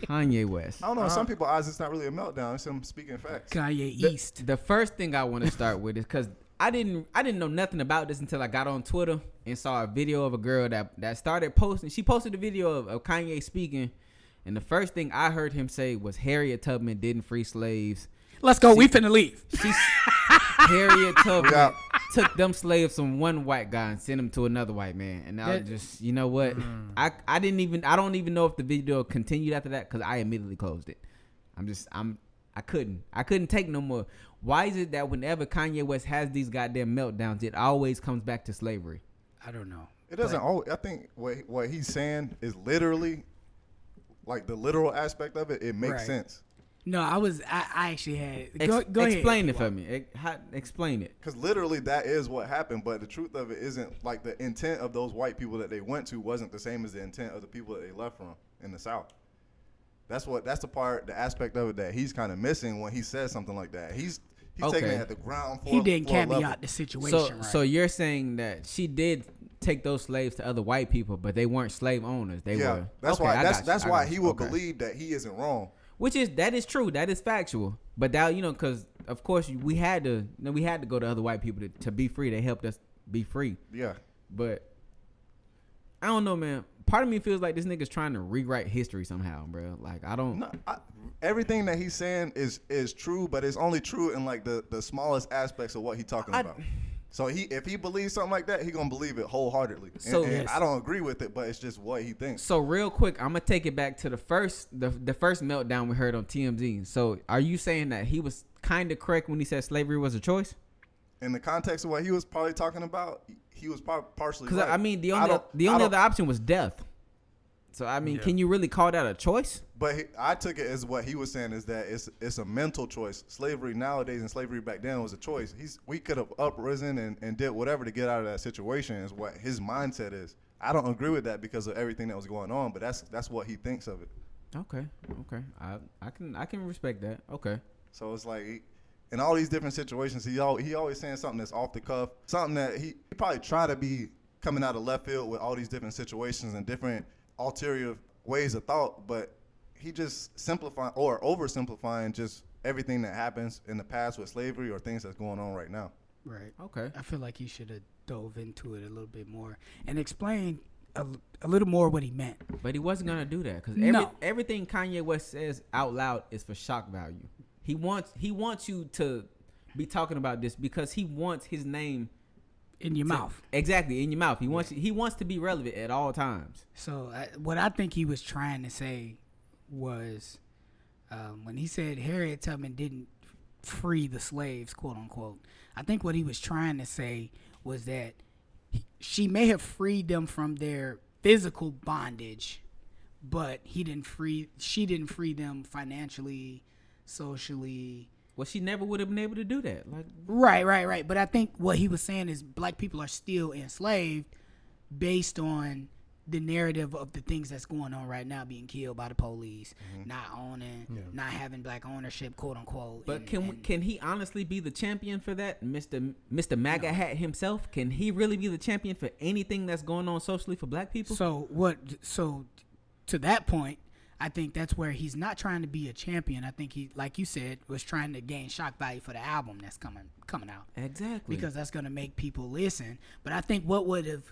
A: Kanye West.
C: I don't know. in some people eyes, it's not really a meltdown. It's him speaking facts.
B: Uh-huh. Kanye
A: The-
B: East.
A: The first thing I want to start with is because I didn't I didn't know nothing about this until I got on Twitter and saw a video of a girl that that started posting. She posted a video of, of Kanye speaking, and the first thing I heard him say was Harriet Tubman didn't free slaves.
B: Let's go. We finna leave.
A: She's Harriet Tubman
C: Yeah.
A: took them slaves from one white guy and sent them to another white man. And I
B: That- Mm.
A: just, you know what? I I didn't even I don't even know if the video continued after that because I immediately closed it. I'm just I'm I couldn't I couldn't take no more. Why is it that whenever Kanye West has these goddamn meltdowns, it always comes back to slavery?
B: I don't know.
C: It doesn't. always, I think what what he's saying is literally, like the literal aspect of it. It makes
B: Right.
C: sense
B: No, I was. I, I actually had.
A: Ex-
B: Go, go ahead.
A: explain it for me. Ex- how, explain it.
C: because literally that is what happened. But the truth of it isn't like the intent of those white people that they went to wasn't the same as the intent of the people that they left from in the South. That's what. That's the part, the aspect of it that he's kind of missing when he says something like that. He's he's taking
A: Okay.
C: it at the ground floor.
B: He didn't
C: floor level.
B: caveat the situation.
A: So
B: right?
A: so you're saying that she did take those slaves to other white people, but they weren't slave owners. They
C: Yeah,
A: were.
C: that's
A: Okay,
C: why.
A: I
C: That's
A: got you.
C: that's
A: I
C: why
A: got
C: he
A: you.
C: will
A: Okay.
C: believe that he isn't wrong.
A: which is that is true that is factual but that you know because of course we had to you know, we had to go to other white people to, to be free they helped us be free
C: Yeah.
A: but i don't know man part of me feels like this nigga's trying to rewrite history somehow bro like i don't
C: No, I, everything that he's saying is is true, but it's only true in like the the smallest aspects of what he's talking
A: I-
C: about. So he if he believes something like that, he gonna believe it wholeheartedly. And-
A: So-
C: and
A: Yes.
C: I don't agree with it, but it's just what he thinks.
A: so real quick i'm gonna take it back to the first the, the first meltdown we heard on tmz so are you saying that he was kind of correct when he said slavery was a choice
C: In the context of what he was probably talking about, he was probably partially.
A: because
C: Because
A: I, mean the only the only other option was death so i mean
D: Yeah.
A: can you really call that a choice
C: But he, I took it as what he was saying is that it's it's a mental choice. Slavery nowadays and slavery back then was a choice. He's we could have uprisen and, and did whatever to get out of that situation is what his mindset is. I don't agree with that because of everything that was going on, but that's that's what he thinks of it.
A: Okay, okay. I I can I can respect that. Okay.
C: So it's like he- in all these different situations, he always, he always saying something that's off the cuff, something that he, he probably try to be coming out of left field with all these different situations and different ulterior ways of thought, but he just simplifying or oversimplifying just everything that happens in the past with slavery or things that's going on right now.
B: right.
A: Okay.
B: I feel like he should have dove into it a little bit more and explained a, a little more what he meant.
A: But he wasn't gonna do that because
B: No.
A: everything Kanye West says out loud is for shock value. He wants he wants you to be talking about this because he wants his name
B: in your
A: to-
B: mouth.
A: exactly in your mouth. He wants he wants to be relevant at all times.
B: So I, what I think he was trying to say was um, when he said Harriet Tubman didn't free the slaves, quote unquote. I think what he was trying to say was that he, she may have freed them from their physical bondage, but he didn't free she didn't free them financially, socially,
A: Well, she never would have been able to do that. Like
B: Right, right, right. But I think what he was saying is black people are still enslaved based on the narrative of the things that's going on right now, being killed by the police, not owning, not having black ownership, quote unquote.
A: But
B: and-
A: can
B: and-
A: can he honestly be the champion for that, Mister Mister MAGA Hat himself? Can he really be the champion for anything that's going on socially for Black people?
B: So what? So to that point, I think that's where he's not trying to be a champion. I think he, like you said, was trying to gain shock value for the album that's coming coming out.
A: exactly.
B: because that's going to make people listen. But I think what would have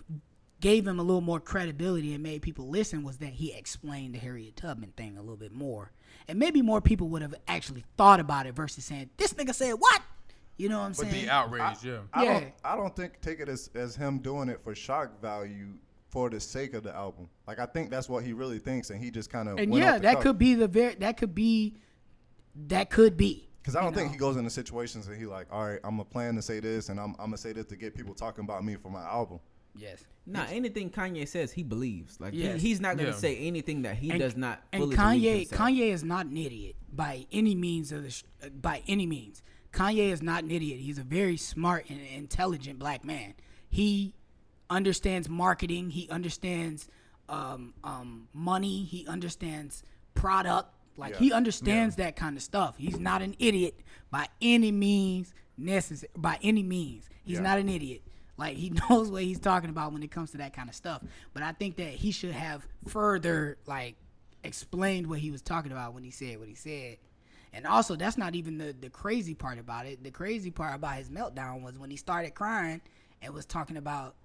B: gave him a little more credibility and made people listen was that he explained the Harriet Tubman thing a little bit more, and maybe more people would have actually thought about it versus saying this nigga said what. You know what I'm
D: But
B: saying?
D: the outrage, yeah.
C: I
B: Yeah.
C: don't I don't think take it as, as him doing it for shock value for the sake of the album. Like I think that's what he really thinks and he just kind of
B: and yeah, that could be the very that could be that could be.
C: Because I don't
B: you
C: think
B: know.
C: he goes into situations and he like, all right, I'm gonna plan to say this and I'm, I'm gonna say this to get people talking about me for my album.
B: Yes.
A: Nah, anything Kanye says, he believes. Like he-
B: Yes.
A: he's not gonna
D: Yeah.
A: say anything that he
B: And-
A: does not.
B: And
A: Fully
B: Kanye,
A: believe himself.
B: Kanye is not an idiot by any means of the sh- uh, by any means. Kanye is not an idiot. He's a very smart and intelligent black man. He understands marketing. He understands um, um, money. He understands product. Like he
C: Yeah.
B: understands that kind of stuff. He's not an idiot by any means necessary. By any means, he's
C: Yeah.
B: not an idiot. Like he knows what he's talking about when it comes to that kind of stuff. But I think that he should have further like explained what he was talking about when he said what he said. And also, that's not even the the crazy part about it. The crazy part about his meltdown was when he started crying and was talking about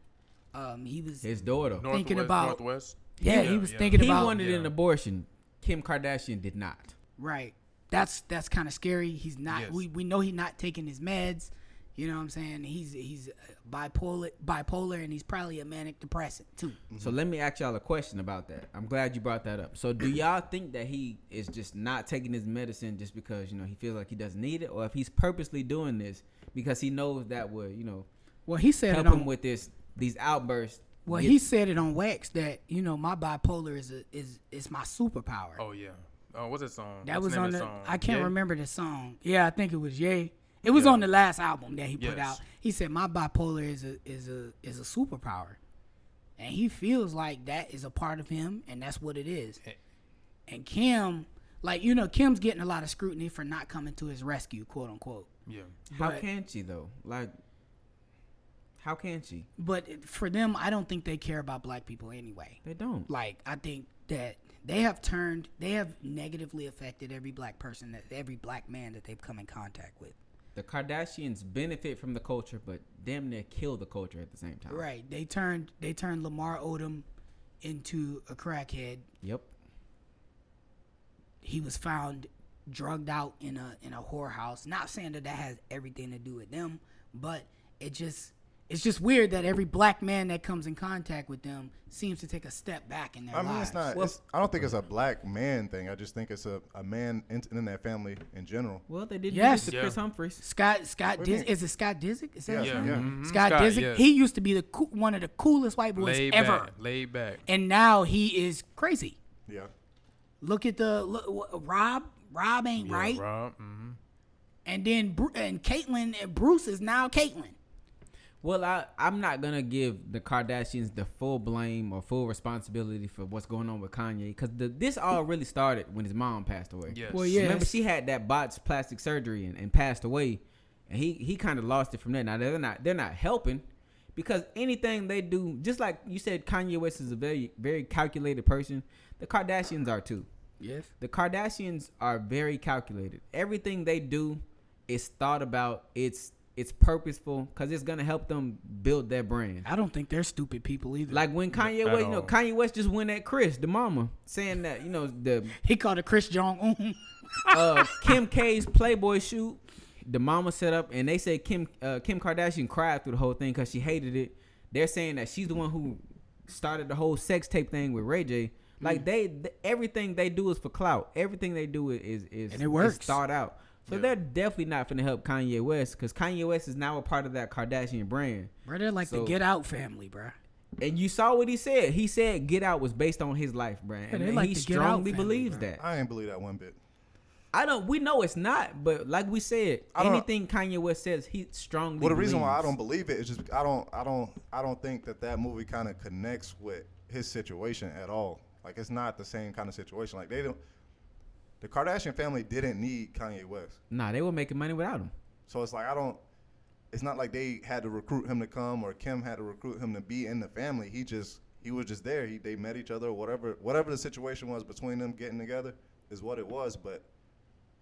B: um he was
A: his daughter.
D: Northwest,
B: Thinking about-
D: Northwest.
B: yeah, he
D: Yeah,
B: was
D: yeah.
B: thinking
A: he
B: about
A: wanted
D: Yeah.
A: an abortion. Kim Kardashian did not.
B: Right. That's that's kind of scary. He's not.
D: Yes.
B: We, we know he's not taking his meds. You know what I'm saying? He's he's bipolar bipolar and he's probably a manic depressant too.
A: So let me ask y'all a question about that. I'm glad you brought that up. So do y'all think that he is just not taking his medicine just because you know he feels like he doesn't need it, or if he's purposely doing this because he knows that would you know
B: Well, he said
A: help
B: it on
A: him with this these outbursts?
B: well
A: get-
B: he said it on wax that you know my bipolar is a, is is my superpower.
D: Oh yeah. Oh, what's that song?
B: that
D: What's
B: was
D: the name
B: on
D: of
B: the.
D: that song?
B: I can't
D: Yeah?
B: remember the song. Yeah, I think it was Yay. It was
D: Yeah.
B: on the last album that he put
D: Yes.
B: out. He said my bipolar is a is a is a superpower, and he feels like that is a part of him, and that's what it is.
D: Eh.
B: and Kim, like you know, Kim's getting a lot of scrutiny for not coming to his rescue, quote unquote.
D: Yeah.
A: How
B: But,
A: can she though? Like, how can she?
B: but it- for them, I don't think they care about black people anyway.
A: They don't.
B: Like I think that they have turned, they have negatively affected every black person, that every black man that they've come in contact with.
A: The Kardashians benefit from the culture, but damn near kill the culture at the same time.
B: Right? They turned, they turned Lamar Odom into a crackhead.
A: Yep.
B: He was found drugged out in a in a whorehouse. Not saying that that has everything to do with them, but it just it's just weird that every black man that comes in contact with them seems to take a step back in their
C: I mean,
B: lives.
C: it's not. it's, I don't think it's a black man thing. I just think it's a, a man in, in that family in general.
A: Well, they did do this
B: Yes.
A: to
D: Yeah.
A: Chris Humphries.
B: Scott Scott
C: do you
B: Diz,
C: mean?
B: is it Scott Disick? Is that his
C: Yeah,
B: name?
C: yeah.
D: Mhm.
B: Scott,
D: Scott,
B: Disick.
D: yes.
B: He used to be the coo- one of the coolest white boys
D: Laid
B: ever,
D: back. Laid back.
B: and now he is crazy.
C: Yeah.
B: Look at the look, wh- Rob. Rob ain't
D: Yeah,
B: right,
D: Rob. hmm
B: and then Bru- and Caitlyn and Bruce is now Caitlyn.
A: Well, I, I'm not gonna give the Kardashians the full blame or full responsibility for what's going on with Kanye, because this all really started when his mom passed away.
D: Yes.
B: Well, yeah.
A: Remember,
B: Yes.
A: she had that botched plastic surgery and, and passed away, and he he kind of lost it from there. Now they're not they're not helping because anything they do, just like you said, Kanye West is a very very calculated person. The Kardashians are too.
B: Yes.
A: The Kardashians are very calculated. Everything they do is thought about. It's it's purposeful because it's gonna help them build their brand.
B: I don't think they're stupid people either.
A: Like when Kanye
D: at
A: West, you know,
D: all.
A: Kanye West just went at Chris, the mama, saying that you know the
B: he called it Chris Jong Un.
A: uh, Kim K's Playboy shoot, the mama set up, and they say Kim uh, Kim Kardashian cried through the whole thing because she hated it. They're saying that she's the one who started the whole sex tape thing with Ray J. Like
B: Mm.
A: they, th- everything they do is for clout. Everything they do is is
B: And it works.
A: Is thought out. So
D: Yeah.
A: they're definitely not finna help Kanye West because Kanye West is now a part of that Kardashian brand.
B: Bro, they're like
A: So-
B: the Get Out family, bro.
A: And you saw what he said. He said "Get Out" was based on his life, brand,
B: Yeah,
A: and,
B: they
A: and
B: like
A: he
B: the Get Out
A: strongly
B: family,
A: believes
B: bruh.
A: that.
C: I ain't believe that one bit.
A: I don't. We know it's not, but like we said,
C: I don't-
A: anything Kanye West says, he strongly.
C: Well, the reason why I
A: believes.
C: don't believe it is just I don't I don't I don't think that that movie kind of connects with his situation at all. Like it's not the same kind of situation. Like they don't. The Kardashian family didn't need Kanye West,
A: Nah, they were making money without him.
C: so it's like I don't. It's not like they had to recruit him to come or Kim had to recruit him to be in the family. He just he was just there. He they met each other. Whatever whatever the situation was between them getting together is what it was. But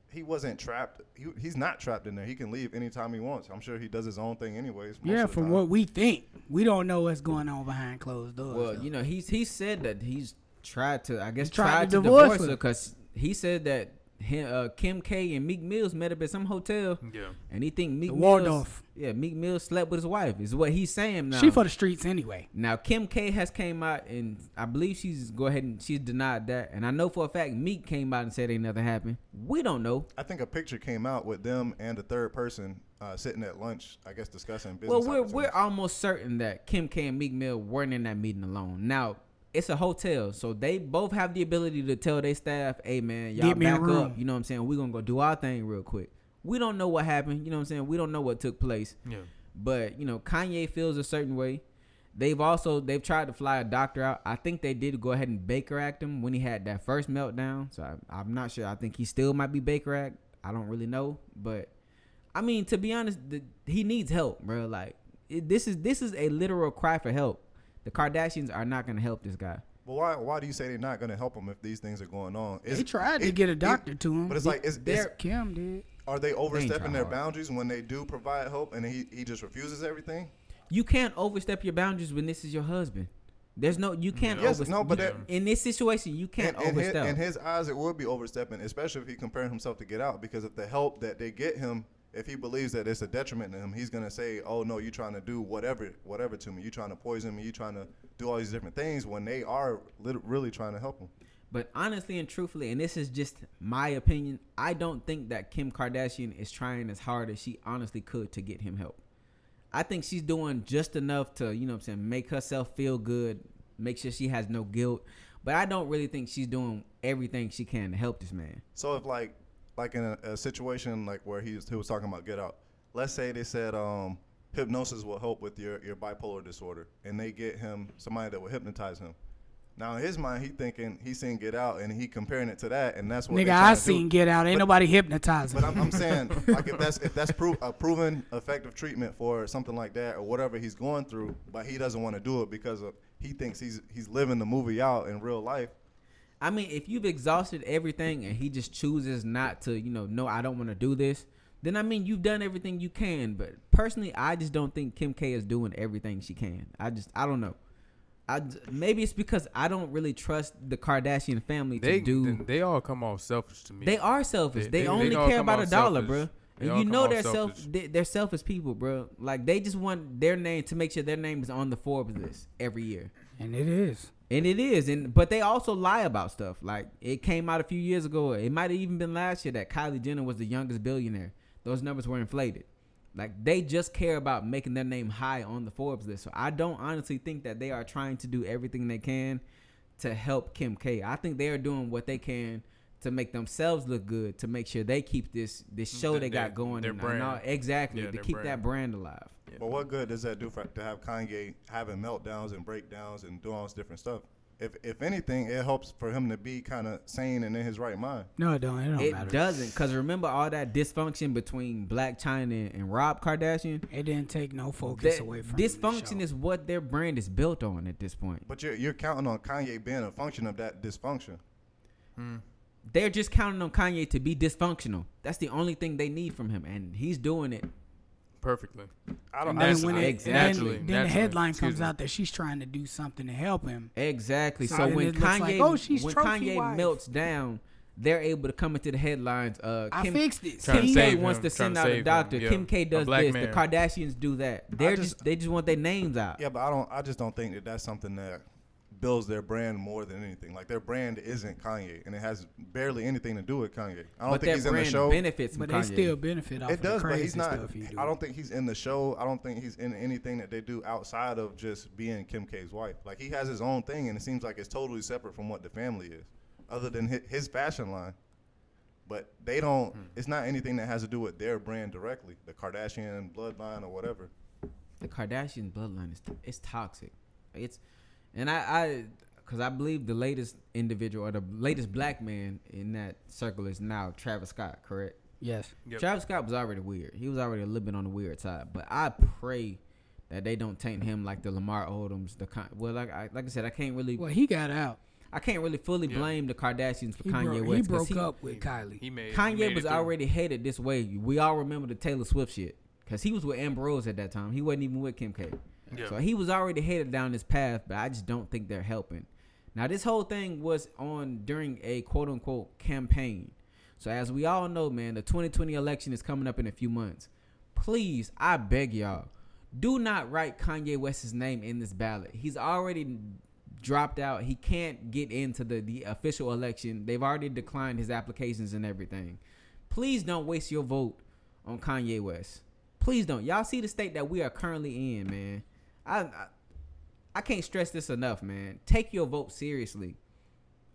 C: he wasn't trapped. He, he's not trapped in there. He can leave anytime he wants. I'm sure he does his own thing anyways. most
B: Yeah,
C: of the
B: from
C: time.
B: what we think, we don't know what's going on behind closed doors.
A: Well,
B: though.
A: you know, he's he said that he's tried to, I guess,
B: tried
A: tried,
B: to
A: to
B: divorce
A: divorce her
B: her.
A: because he said that him, uh, Kim K and Meek Mills met up at some hotel,
D: Yeah.
A: and he think Meek
B: The
A: Mills,
B: Waldorf.
A: yeah, Meek Mills slept with his wife. Is what he's saying now.
B: She for the streets anyway.
A: Now Kim K has came out and I believe she's go ahead and she's denied that. And I know for a fact Meek came out and said ain't nothing happened. We don't know.
C: I think a picture came out with them and the third person uh, sitting at lunch. I guess discussing business.
A: Well, we're we're
C: opportunities.
A: almost certain that Kim K and Meek Mill weren't in that meeting alone. Now it's a hotel, so they both have the ability to tell their staff, "Hey man, y'all
B: Get me a
A: back
B: room.
A: up." You know what I'm saying? We're gonna go do our thing real quick. We don't know what happened. You know what I'm saying? We don't know what took place.
D: Yeah.
A: But you know, Kanye feels a certain way. They've also they've tried to fly a doctor out. I think they did go ahead and Baker act him when he had that first meltdown. So I, I'm not sure. I think he still might be Baker act. I don't really know, but I mean to be honest, the, he needs help, bro. Like it, this is this is a literal cry for help. The Kardashians are not gonna help this guy.
C: But why why do you say they're not going to help him if these things are going on? It's,
B: They tried to
C: it-
B: get a
C: it-
B: doctor to him.
C: but it's like, is, is,
A: They're-
B: Kim did.
C: are they overstepping
A: trying
C: their
A: hard.
C: boundaries when they do provide help and he, he just refuses everything?
A: You can't overstep your boundaries when this is your husband. There's no you can't
C: Yes,
A: overstep.
C: no, but that-
A: in this situation, you can't
C: in, in his,
A: overstep.
C: in his eyes, it would be overstepping, especially if he comparing himself to Get Out, because if the help that they get him, if he believes that it's a detriment to him, he's gonna say, "Oh no, you're trying to do whatever, whatever to me. You're trying to poison me. You're trying to do all these different things when they are lit- really trying to help him."
A: But honestly and truthfully, and this is just my opinion, I don't think that Kim Kardashian is trying as hard as she honestly could to get him help. I think she's doing just enough to, you know what I'm saying, make herself feel good, make sure she has no guilt. But I don't really think she's doing everything she can to help this man.
C: So if like, like in a, a situation like where he was, he was talking about Get Out, let's say they said um, hypnosis will help with your your bipolar disorder, and they get him somebody that will hypnotize him. Now in his mind, he thinking he seen Get Out, and he comparing it to that, and that's what they
B: Nigga, I
C: tryna do.
B: seen Get Out. Ain't
C: But-
B: nobody hypnotizing.
C: But I'm, I'm saying, like, if that's if that's pro- a proven effective treatment for something like that or whatever he's going through, but he doesn't want to do it because of he thinks he's he's living the movie out in real life.
A: I mean, if you've exhausted everything and he just chooses not to, you know, no, I don't want to do this, then I mean, you've done everything you can. But personally, I just don't think Kim K is doing everything she can. I just, I don't know. I d- maybe it's because I don't really trust the Kardashian family
D: They
A: to do.
D: They all come off selfish to me.
A: They are selfish.
D: They-
A: They,
D: they-
A: only
D: they all
A: care
D: come
A: about a
D: off
A: dollar,
D: selfish.
A: bro.
D: They
A: And
D: all
A: you
D: come
A: know
D: off
A: they're self
D: selfish.
A: they, they're selfish people, bro. Like they just want their name to make sure their name is on the Forbes list every year.
B: and it is.
A: And it is, and but they also lie about stuff. Like it came out a few years ago. It might have even been last year that Kylie Jenner was the youngest billionaire. Those numbers were inflated. Like they just care about making their name high on the Forbes list. So I don't honestly think that they are trying to do everything they can to help Kim K. I think they are doing what they can to make themselves look good, to make sure they keep this this show
D: Their-
A: they
D: their-
A: got going.
D: their
A: and-
D: brand.
A: and all- exactly
D: Yeah,
A: to
D: their
A: keep
D: brand.
A: that brand alive.
C: But what good does that do for to have Kanye having meltdowns and breakdowns and doing all this different stuff? If if anything, it helps for him to be kind of sane and in his right mind.
B: No, it don't. It don't
A: It
B: matter.
A: doesn't, because remember all that dysfunction between Black China and Rob Kardashian.
B: It didn't take no focus
A: That
B: away from
A: dysfunction
B: the show.
A: is what their brand is built on at this point.
C: But you're you're counting on Kanye being a function of that dysfunction.
A: They're just counting on Kanye to be dysfunctional. That's the only thing they need from him, and he's doing it.
D: perfectly.
C: I don't.
B: And
C: I,
B: then,
D: That's-
B: when it,
A: Exactly.
B: and then,
D: Naturally,
B: then the
D: naturally.
B: headline
D: Excuse
B: comes
D: me.
B: out that she's trying to do something to help him.
A: Exactly.
B: So
A: So,
B: then
A: when
B: it looks
A: Kanye
B: like, oh, she's
A: when
B: trophy
A: Kanye
B: wife.
A: melts down, they're able to come into the headlines. Uh,
B: I
A: Kim,
B: fixed it.
D: Trying to
A: Kim
B: See?
D: save
A: K wants
D: him,
A: to
D: trying
A: send
D: to
A: out
D: save
A: a
D: him,
A: doctor.
D: yeah.
A: Kim K
D: A
A: does
D: black
A: this.
D: man.
A: The Kardashians do that. They're
C: just-
A: just, they just want their names out.
C: yeah, but I don't. I just don't think that that's something that builds their brand more than anything. Like their brand isn't Kanye, and it has barely anything to do with Kanye. I
A: but
C: don't think
A: their
C: he's in
A: brand
C: the show.
A: benefits from
B: But they
A: Kanye.
B: still benefit off
C: It
B: of
C: does,
B: the
C: but
B: crazy
C: he's not.
B: stuff you do.
C: I don't think he's in the show. I don't think he's in anything that they do outside of just being Kim K's wife. Like he has his own thing, and it seems like it's totally separate from what the family is, other than his, his fashion line. But they don't. It's not anything that has to do with their brand directly, the Kardashian bloodline or whatever.
A: the Kardashian bloodline is it's toxic. It's and I I because I believe the latest individual or the latest black man in that circle is now Travis Scott, correct?
B: Yes.
D: Yep.
A: Travis Scott was already weird. He was already a little bit on the weird side, but I pray that they don't taint him like the Lamar Odoms. The Con- well, like I, like I said, I can't really
B: Well, he got out.
A: I can't really fully
D: Yeah.
A: blame the Kardashians for
B: He,
A: Kanye
B: broke, he
A: West. 'cause
B: broke up with Kylie.
D: He made. he made
A: Kanye
D: it
A: was
D: through.
A: already headed this way. We all remember the Taylor Swift shit because he was with Amber Rose at that time. He wasn't even with Kim K.
D: Yeah.
A: So he was already headed down this path, but I just don't think they're helping. Now this whole thing was on during a quote unquote campaign. So as we all know, man, the 2020 election is coming up in a few months. Please, I beg y'all, do not write Kanye West's name in this ballot. He's already dropped out. He can't get into the, the official election. They've already declined his applications and everything. Please don't waste your vote on Kanye West. Please don't. Y'all see the state that we are currently in, man. I I, I can't stress this enough, man. Take your vote seriously.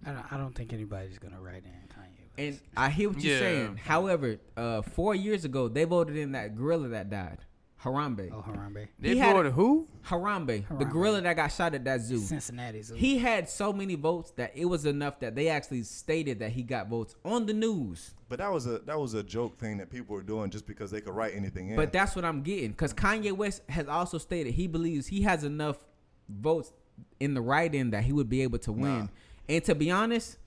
B: I don't, I don't think anybody's gonna write in Kanye.
A: And I hear what you're
D: Yeah.
A: saying. However, uh, four years ago, they voted in that gorilla that died, Harambe.
B: oh, Harambe,
D: They
A: had-
D: voted who?
A: Harambe, the
B: Harambe.
A: gorilla that got shot at that zoo.
B: Cincinnati's.
A: He had so many votes that it was enough that they actually stated that he got votes on the news.
C: But that was a that was a joke thing that people were doing just because they could write anything in.
A: But that's what I'm getting because Kanye West has also stated he believes he has enough votes in the write-in that he would be able to win.
C: Nah.
A: And to be honest,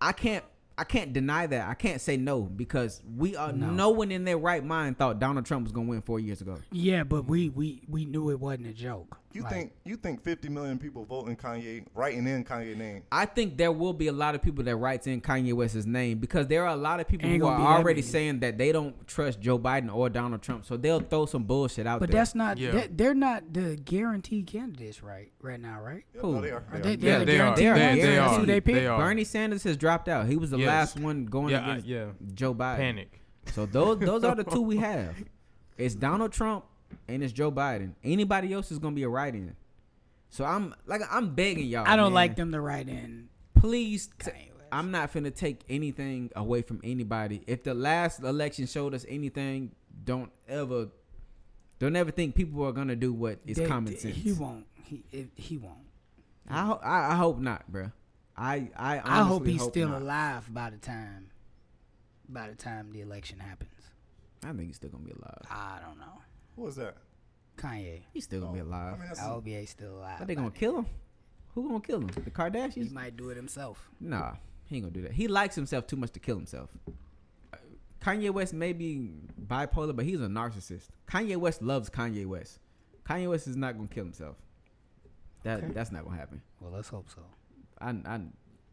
A: I can't. I can't deny that. I can't say no because we are no. one in their right mind thought Donald Trump was gonna win four years ago.
B: yeah, but we we we knew it wasn't a joke.
C: you
B: Like,
C: think you think 50 million people voting Kanye, writing in Kanye name?
A: I think there will be a lot of people that writes in Kanye West's name because there are a lot of people
B: Ain't
A: who
B: gonna be
A: are
B: that
A: already
B: many.
A: saying that they don't trust Joe Biden or Donald Trump, so they'll throw some bullshit out
B: But
A: there.
B: that's not.
D: Yeah.
B: that- they're not the guaranteed candidates right right now, right?
C: Yeah,
A: Who?
C: no, they are.
B: Are they-
C: They are.
B: they- Yeah,
D: are.
A: they
D: They,
A: are
D: they
A: guaranteed.
D: are.
B: They pick
D: are.
A: Bernie Sanders has dropped out. He was the
D: Yes.
A: last one going
E: Yeah, I,
A: against
E: yeah.
A: Joe Biden.
E: Panic.
A: So those those are the two we have. It's Donald Trump and it's Joe Biden. Anybody else is gonna be a write-in. So I'm like I'm begging y'all.
B: I don't
A: man.
B: like them to write in.
A: Please, t-
B: Kanye West.
A: I'm not finna take anything away from anybody. If the last election showed us anything, don't ever, don't ever think people are gonna do what is
B: They-
A: common
B: they-
A: sense.
B: He won't. He it, he won't.
A: I, ho- I I hope not, bruh. I I honestly
B: I hope he's still
A: not.
B: alive by the time by the time the election happens.
A: I think he's still gonna be alive.
B: I don't know.
C: Who was that?
B: Kanye.
A: He's still gonna be alive.
C: I mean, that's
B: I hope he's still alive.
A: But they
B: by
A: gonna
B: then.
A: kill him. Who gonna kill him? The
B: He
A: Kardashians?
B: might do it himself.
A: Nah, he ain't gonna do that. He likes himself too much to kill himself. Uh, Kanye West may be bipolar, but he's a narcissist. Kanye West loves Kanye West. Kanye West is not gonna kill himself. That
B: Okay.
A: that's not gonna happen.
B: Well, let's hope so.
A: I I,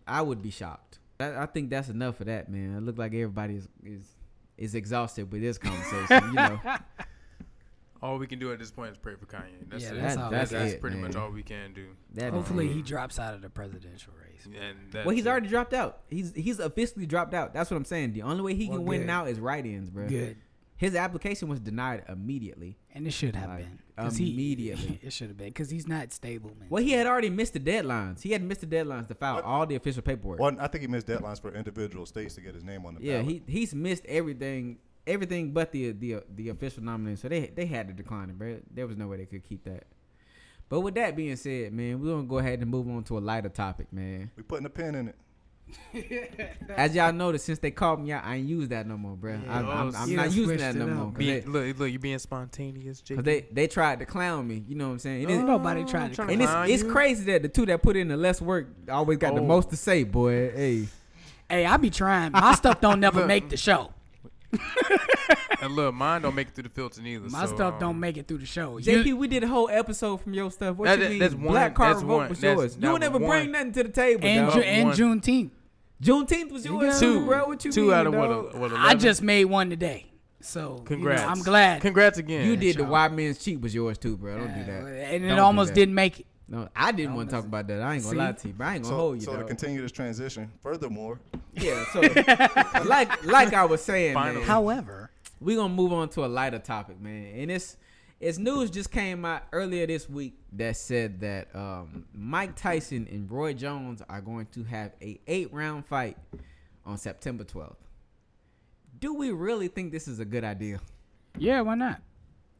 A: I would be shocked. That, I think that's enough of that, man. It look like everybody is is, is exhausted with this conversation. you know,
D: All we can do at this point is pray for Kanye. That's
B: Yeah,
D: it.
B: that's all
D: that's,
B: we
A: can
D: that's
A: do.
D: pretty
A: Man.
D: much all we can do.
A: that
B: Hopefully,
A: is-
B: he drops out of the presidential race.
D: And that's
A: Well, he's
D: it.
A: already dropped out. He's he's officially dropped out. That's what I'm saying. The only way he
B: Well,
A: can win
B: good.
A: now is write-ins, bro.
B: Good,
A: His application was denied immediately.
B: and it should have
A: Like,
B: been 'Cause he-
A: immediately.
B: it should have been because he's not stable, man.
A: Well, he had already missed the deadlines. He had missed the deadlines to file
C: What?
A: all the official paperwork.
C: Well, I think he missed deadlines for individual states to get his name on the
A: Yeah,
C: ballot.
A: he he's missed everything, everything but the the the official nomination. So they they had to decline it, bro. There was no way they could keep that. But with that being said, man, we're gonna go ahead and move on to a lighter topic, man.
C: we putting a pin in it.
A: As y'all noticed, since they called me out, I ain't used that no more, bro.
B: Yeah.
A: I'm, I'm,
D: Oh,
A: I'm
B: yeah,
A: not using
B: switched
A: that
B: it
A: no
B: up.
A: more. 'cause
D: Be-
A: they-
D: look, look, you being spontaneous, Jake.
A: Cause they they tried to clown me, you know what I'm saying? It is,
B: Ain't nobody tried to
D: tryna
A: and it's
D: clown
A: it's
D: you.
A: crazy that the two that put in the less work always got the
D: Oh.
A: most to say, boy. Hey,
B: hey, I be trying. My stuff don't never make the show.
D: And look, mine don't make it through the filter neither.
B: My
D: so,
B: stuff
D: um,
B: don't make it through the show. You-
A: JP, we did a whole episode from your stuff. What
D: That-
A: you
D: that-
A: mean?
D: that's one-
A: Black card
D: that's
A: revolt
D: one-
A: was
D: that's-
A: yours.
D: that
A: You don't ever
D: one.
A: bring nothing to the table.
B: and,
A: dog.
B: Ju- and
D: one.
B: Juneteenth.
A: Juneteenth was yours.
D: Two,
A: too, bro. What you
D: two
A: mean,
D: out of
A: dog?
D: what? what 11?
B: I just made one today, so you know,
D: Congrats.
B: I'm glad.
D: Congrats again.
A: You did the
B: y'all.
A: why men's cheat was yours too, bro. Don't do
B: Uh,
A: that.
B: And
A: Don't
B: it
A: do
B: almost
A: that.
B: didn't make it.
A: No, I didn't want to talk
B: Almost-
A: about that. I ain't gonna
B: See?
A: lie to you, but I ain't gonna
C: So,
A: hold Oh, you.
C: so to
A: dog.
C: continue this transition, furthermore,
A: Yeah. So like like I was saying, man,
D: Finally.
B: However,
A: we're gonna move on to a lighter topic, man. And it's it's news just came out earlier this week that said that um, Mike Tyson and Roy Jones are going to have a eight round fight on September 12th. Do we really think this is a good idea?
B: yeah, why not?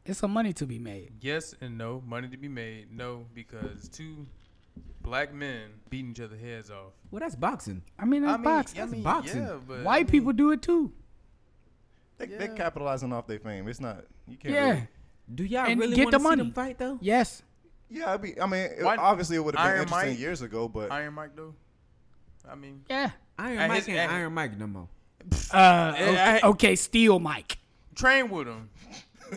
B: It's some money to be made.
D: Yes and no. Money to be made. No, because two black men beating each other heads off.
A: Well, that's boxing.
B: I mean, that's
D: I mean,
B: boxing.
D: I mean, uh,
A: boxing.
D: Yeah, but
B: White people do it too.
C: they,
D: Yeah.
C: they're capitalizing off their fame. It's not you can't.
B: Yeah.
C: really-
A: Do y'all
B: And
A: really
B: get
A: want to
B: the
A: see
B: money.
A: them fight though?
B: Yes.
C: yeah. I be. I mean, it,
D: Why-
C: obviously it would have been
D: Iron
C: interesting
D: Mike?
C: years ago, but
D: Iron Mike though. I mean,
B: Yeah.
A: Iron
D: At
A: Mike
D: his-
A: ain't
D: at-
A: Iron Mike no more.
B: Uh,
D: Yeah,
B: okay,
D: I-
B: okay, steal Mike.
D: train with him.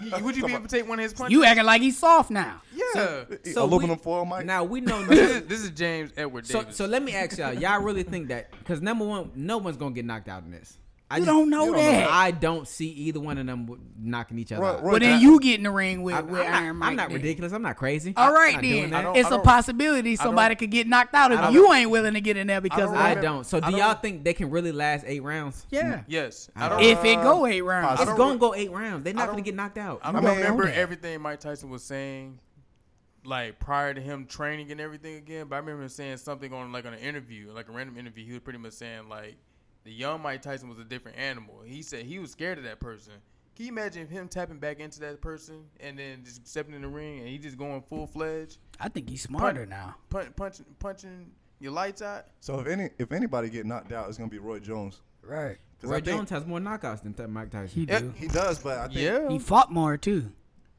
D: You- would you be able to take one of his punches?
B: You acting like he's soft now.
D: yeah.
A: So we-
C: aluminum foil mic.
A: Now we know.
D: this, is, this is James Edward
A: so
D: Davis.
A: so let me ask y'all. Y'all really think that? Because number one, no one's gonna get knocked out in this. I
B: You
A: just-
B: don't know
A: you
B: that.
A: I don't see either one of them w- knocking each other
C: Roy-
A: out.
C: Roy
B: But then
C: Jack-
B: you get in the ring with,
A: I'm,
B: with
A: I'm not,
B: Iron
A: I'm
B: Mike.
A: not
B: then.
A: ridiculous. I'm not crazy.
B: All right
A: I'm not doing
B: then,
A: that.
C: don't-
B: it's
C: I
B: a
C: don't-
B: possibility somebody could get knocked out, and you ain't willing to get in there because of
C: don't
A: I
B: that.
C: remember-
A: don't. So
C: I
A: do
C: don't-
A: y'all think they can really last eight rounds?
B: Yeah,
D: Yes.
A: I
D: I don't.
C: don't-
B: if it go eight rounds,
C: I
A: It's
C: don't
A: gonna
C: re-
A: go eight rounds. They're not gonna
D: don't-
A: get knocked out.
D: I
C: You
D: don't
C: don't know
D: remember
B: that.
D: everything Mike Tyson was saying, like prior to him training and everything again. But I remember him saying something on like on an interview, like a random interview. He was pretty much saying like the young Mike Tyson was a different animal. He said he was scared of that person. Can you imagine him tapping back into that person and then just stepping in the ring and he just going full fledged,
B: I think he's smarter now.
D: punch, punching, punching your lights out?
C: So if any if anybody get knocked out, it's gonna be Roy Jones.
B: Right,
C: 'Cause I
A: Roy
C: think-
A: Jones has more knockouts than T- Mike Tyson.
B: he
D: Yeah.
B: do.
C: He does, but I think
D: Yeah.
B: He fought more too.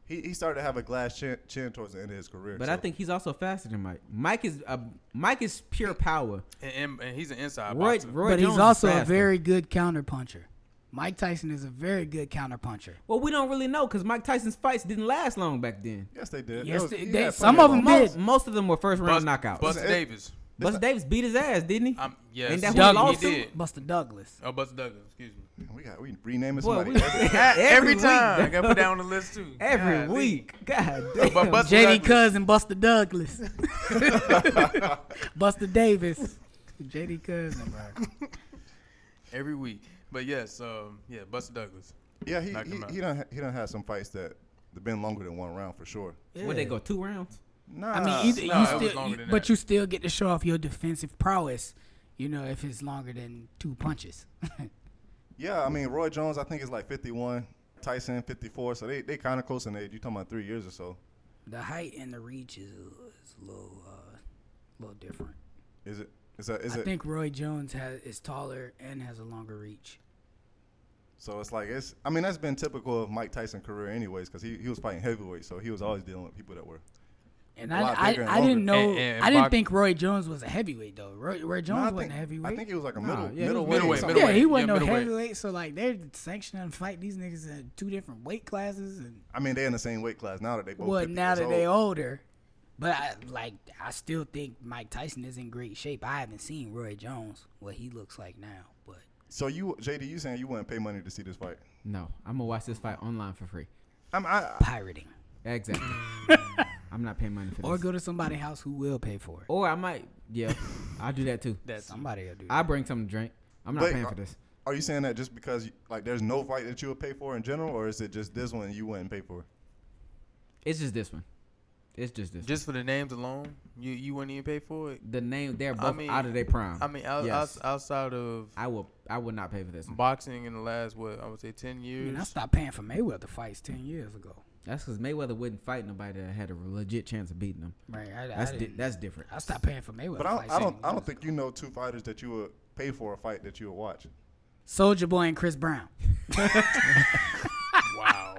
C: he, he started to have a glass chin, chin towards the end of his career.
A: But
C: so-
A: I think he's also faster than Mike. Mike is uh, Mike is pure power.
D: And, and, and he's an inside
A: Roy,
D: boxer.
A: Roy
B: but
A: Jones
B: he's
A: is
B: also a
A: faster.
B: very good counter puncher. Mike Tyson is a very good counter puncher.
A: well. We don't really know because Mike Tyson's fights didn't last long back then.
C: yes, they did.
B: Yes,
C: That
B: they-
C: he
B: they-
C: had
B: some
C: plenty
B: of 'em
C: losses.
A: Most, most of them were first round knockouts. Buster,
D: Buster Davis.
A: Davis beat his ass, didn't he?
D: Um, yes.
A: Ain't that who
D: He
A: lost to?
D: did.
B: Buster Douglas.
D: Oh, Buster Douglas. Excuse me.
C: We got we renaming
A: Boy,
C: somebody.
A: we-
C: every-
D: every,
A: Every
D: time.
A: week.
D: I gotta put that on the list too.
A: Every
D: Golly.
A: week, God damn.
D: But Buster
B: JD
D: Douglas-
B: Cuz and Buster Douglas. Buster Davis. JD Cuz and bro.
D: every week. But yes, um, yeah, Buster Douglas.
C: yeah, he
D: Knocked
C: he,
D: him out.
C: he done ha- he done had some fights that that been longer than one round for sure.
A: Where they go two rounds?
C: Nah,
B: I mean, either
D: no,
B: you
D: it was
B: still,
D: longer
B: you-
D: than
B: but
D: that.
B: you still get to show off your defensive prowess. You know, if it's longer than two punches.
C: yeah, I mean Roy Jones, I think is like 51, Tyson 54, so they they kind of close in age. You talking about three years or so?
B: the height and the reach is, is a little, uh, little different.
C: Is it? Is that? Is
B: I
C: it?
B: think Roy Jones has is taller and has a longer reach.
C: so it's like it's. I mean, that's been typical of Mike Tyson' career, anyways, because he he was fighting heavyweight, so he was always dealing with people that were.
B: And
C: A
B: I,
C: lot
B: I,
C: bigger and
B: I didn't know
D: longer. And- and
B: I didn't
D: box-
B: think Roy Jones was a heavyweight though. Roy, Roy Jones
C: Nah, I
B: wasn't
C: think,
B: a heavyweight.
C: I think he was like a
A: Nah,
C: middle,
A: yeah, he was
C: middle,
D: middleweight,
C: something.
B: yeah,
D: middleweight.
B: he wasn't
D: Yeah,
B: no
D: middleweight.
B: heavyweight. So like they're sanctioning fight these niggas in two different weight classes and
C: I mean, they're in the same weight class now that they both.
B: well
C: 50
B: now
C: years
B: that they
C: old.
B: older. But I like I still think Mike Tyson is in great shape. I haven't seen Roy Jones what he looks like now, but
C: So you, JD, you saying you wouldn't pay money to see this fight?
A: No, I'm gonna watch this fight online for free.
C: I'm, I,
B: pirating
A: Exactly. I'm not paying money for this.
B: or go to somebody's house who will pay for it.
A: Or I might, yeah, I'll do that too.
D: That's
B: Somebody will do.
A: I bring something to drink. I'm not
C: But-
D: uh,
A: paying for this.
C: are you saying that just because you, like there's no fight that you would pay for in general, or is it just this one you wouldn't pay for?
A: It's just this one. It's just this.
D: just for the names alone, you you wouldn't even pay for it.
A: one. The name they're
D: I
A: both
D: mean-
A: out of their prime.
D: I uh mean, out,
A: Yes.
D: outs- outside of
A: I will. I would not pay for this. One.
D: boxing in the last what I would say ten
B: I mean, I
D: years.
B: stopped paying for Mayweather fights ten years ago.
A: That's because Mayweather wouldn't fight nobody that had a legit chance of beating him.
B: Right, I,
A: That's
B: I,
A: di-
B: didn't,
A: that's different.
B: I stopped paying for Mayweather.
C: But I don't,
B: fights
C: I
B: 10
C: don't, I
B: years
C: don't think you know two fighters that you would pay for a fight that you would watch.
B: Soldier Boy and Chris Brown.
D: wow.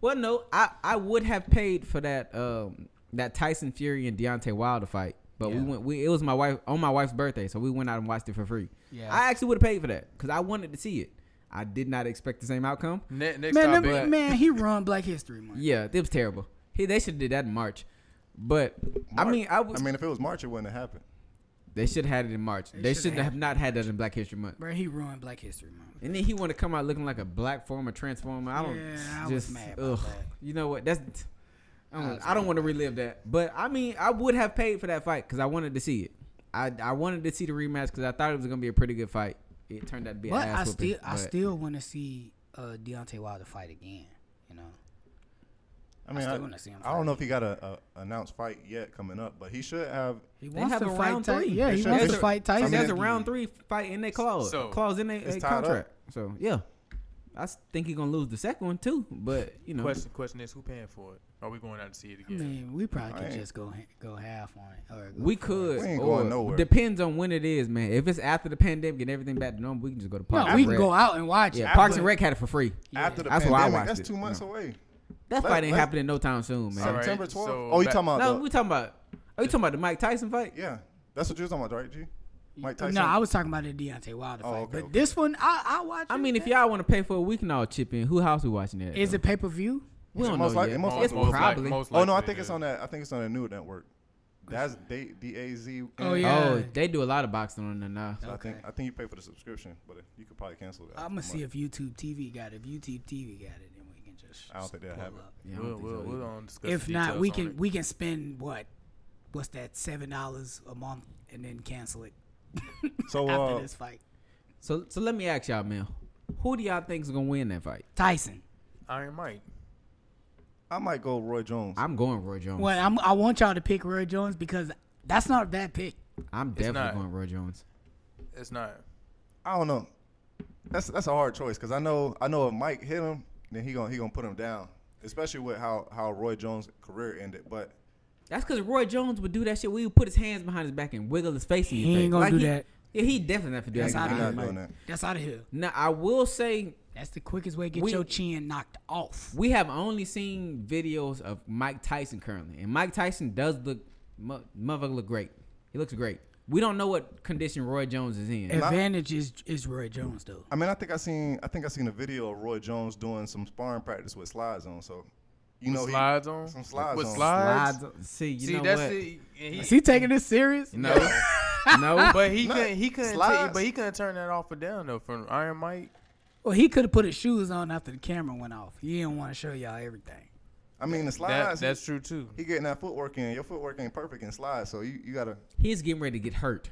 A: Well, no, I, I would have paid for that um that Tyson Fury and Deontay Wilder fight, but we
B: Yeah.
A: went. We it was my wife on my wife's birthday, so we went out and watched it for free.
B: Yeah.
A: I actually would have paid for that because I wanted to see it. I did not expect the same outcome.
D: Ne- next
B: Man,
D: topic.
B: them- man, he run Black History Month.
A: Yeah, it was terrible. He they should have did that in March, but I
C: March-
A: mean I, was,
C: I mean, if it was March, it wouldn't have happened.
A: they should have had it in March. They,
B: shoulda
A: should
B: had
A: have not had that in Black History Month.
B: Bro, he ruined Black History Month.
A: And then he want to come out looking like a black former transformer. I don't
B: Yeah, I was
A: just
B: mad
A: ugh.
B: about that.
A: You know what? That's I don't, I don't want to relive that. But I mean, I would have paid for that fight because I wanted to see it. I I wanted to see the rematch because I thought it was gonna be a pretty good fight. It turned out to be.
B: But
A: an
B: I
A: ass
B: still, I
A: but
B: still want to see uh, Deontay Wilder fight again. You know,
C: I mean,
B: still
C: I,
B: wanna see him
C: I don't
B: fight.
C: know if he got a, a announced fight yet coming up, but he should have.
B: he
A: They have a round
B: Ty-
A: three.
B: Yeah,
C: They
B: he
C: should-
B: wants
C: they
B: to
C: should-
B: fight
A: I
B: Tyson.
A: mean, there's a
C: Tyson-
A: round three fight in their clause.
D: So-
A: clause in their
C: It's
A: their
C: tied up.
A: contract. So yeah, I s- think he's gonna lose the second one too. But you know,
D: Question question is who paying for it? Are we going out to see it
B: I
D: again?
B: mean, we probably could
C: Alright.
B: just go ha- go half on it. Or go
A: we
B: full on it.
A: could.
C: We ain't
A: or-
C: going nowhere.
A: Depends on when it is, man. If it's after the pandemic and everything back to normal, we can just go to Parks.
B: No,
A: and
B: we can
A: Rec.
B: go out and watch
A: Yeah,
B: it.
A: Parks
B: but-
A: and Rec had it for free.
C: After the
A: That's why I
C: pandemic,
A: watched
C: that's
A: it,
C: two
A: you
C: months
A: know.
C: away.
A: That
C: Let-
A: fight ain't
C: let's-
A: happening no time soon, man.
D: All right,
C: September 12th.
D: so
C: oh, you
D: back-
C: talking about
A: No,
C: the-
A: we talking about. Are you talking about the Mike Tyson fight?
C: Yeah, that's what you was talking about, right, G? Mike Tyson.
B: No, I was talking about the Deontay Wilder
C: Oh,
B: fight.
C: okay,
B: but
C: okay.
B: this one, I I watch.
A: I
B: it,
A: mean, if
B: man.
A: y'all want to pay for it, we can all chip in. Who house we watching it? at,
B: is
A: though?
B: it pay per view?
A: We
C: It
A: don't know
C: most like-
A: yet.
C: it most
A: it's
C: likely-
D: like-
A: probably.
D: most
C: oh no, I
D: likely
C: think
D: it
C: it's
D: is.
C: on that. I think it's on a new network. That's D D A Z.
B: Oh,
C: I
B: Yeah.
A: Oh, they do a lot of boxing on there now.
C: think
B: Okay.
C: I think you pay for the subscription, but you could probably cancel that.
B: I'm gonna see if YouTube TV got it. If YouTube TV got it, then we can just.
C: I don't think they'll
B: pull
C: have it.
B: up.
A: Yeah, I don't
D: We'll,
A: think so
D: we'll,
A: either.
D: we'll um, discuss
B: If
D: the
B: not, we
D: details
B: can
D: on it.
B: we can spend what, what's that seven dollars a month and then cancel it
C: So
B: after
C: uh,
B: this fight.
A: So so let me ask y'all, man. Who do y'all think is gonna win that fight?
B: Tyson.
D: Iron Mike.
C: I might go Roy Jones.
A: I'm going Roy Jones.
B: Well, I'm, I want y'all to pick Roy Jones because that's not a bad pick.
A: I'm definitely
D: not.
A: going Roy Jones.
D: It's not.
C: I don't know. That's that's a hard choice because I know I know if Mike hit him, then he gonna he gonna put him down. Especially with how how Roy Jones' career ended. But
A: That's because Roy Jones would do that shit. We would put his hands behind his back and wiggle his face. in your
B: He ain't
A: face.
B: gonna
A: Like,
B: do that.
A: Yeah, he definitely have to do
B: That's
A: that.
B: out of
C: he's
B: here,
C: not
B: Mike.
C: doing that.
B: That's out of here.
A: Now I will say
B: That's the quickest way to get
A: We-
B: your chin knocked off.
A: we have only seen videos of Mike Tyson currently, and Mike Tyson does look mo- motherfucker look great. He looks great. We don't know what condition Roy Jones is in.
B: Advantage is is Roy Jones though.
C: I mean, I think I seen I think I seen a video of Roy Jones doing some sparring practice with slides on. So you know he-
D: slides on.
C: some slides
D: With
C: on.
D: slides.
A: Slides- See, you
D: See,
A: know
D: that's
A: what?
D: it. And he-
B: Is he taking this serious?
A: No, no.
D: But he
C: No,
D: couldn't. He couldn't. ta-
C: slides.
D: but he couldn't turn that off or down though from Iron Mike.
B: Well, he could have put his shoes on after the camera went off. He didn't want to show y'all everything.
C: I mean, the
D: That,
C: slides.
D: that's true too.
C: he getting that footwork in. Your footwork ain't perfect in slides, so you, you gotta.
A: He's getting ready to get hurt.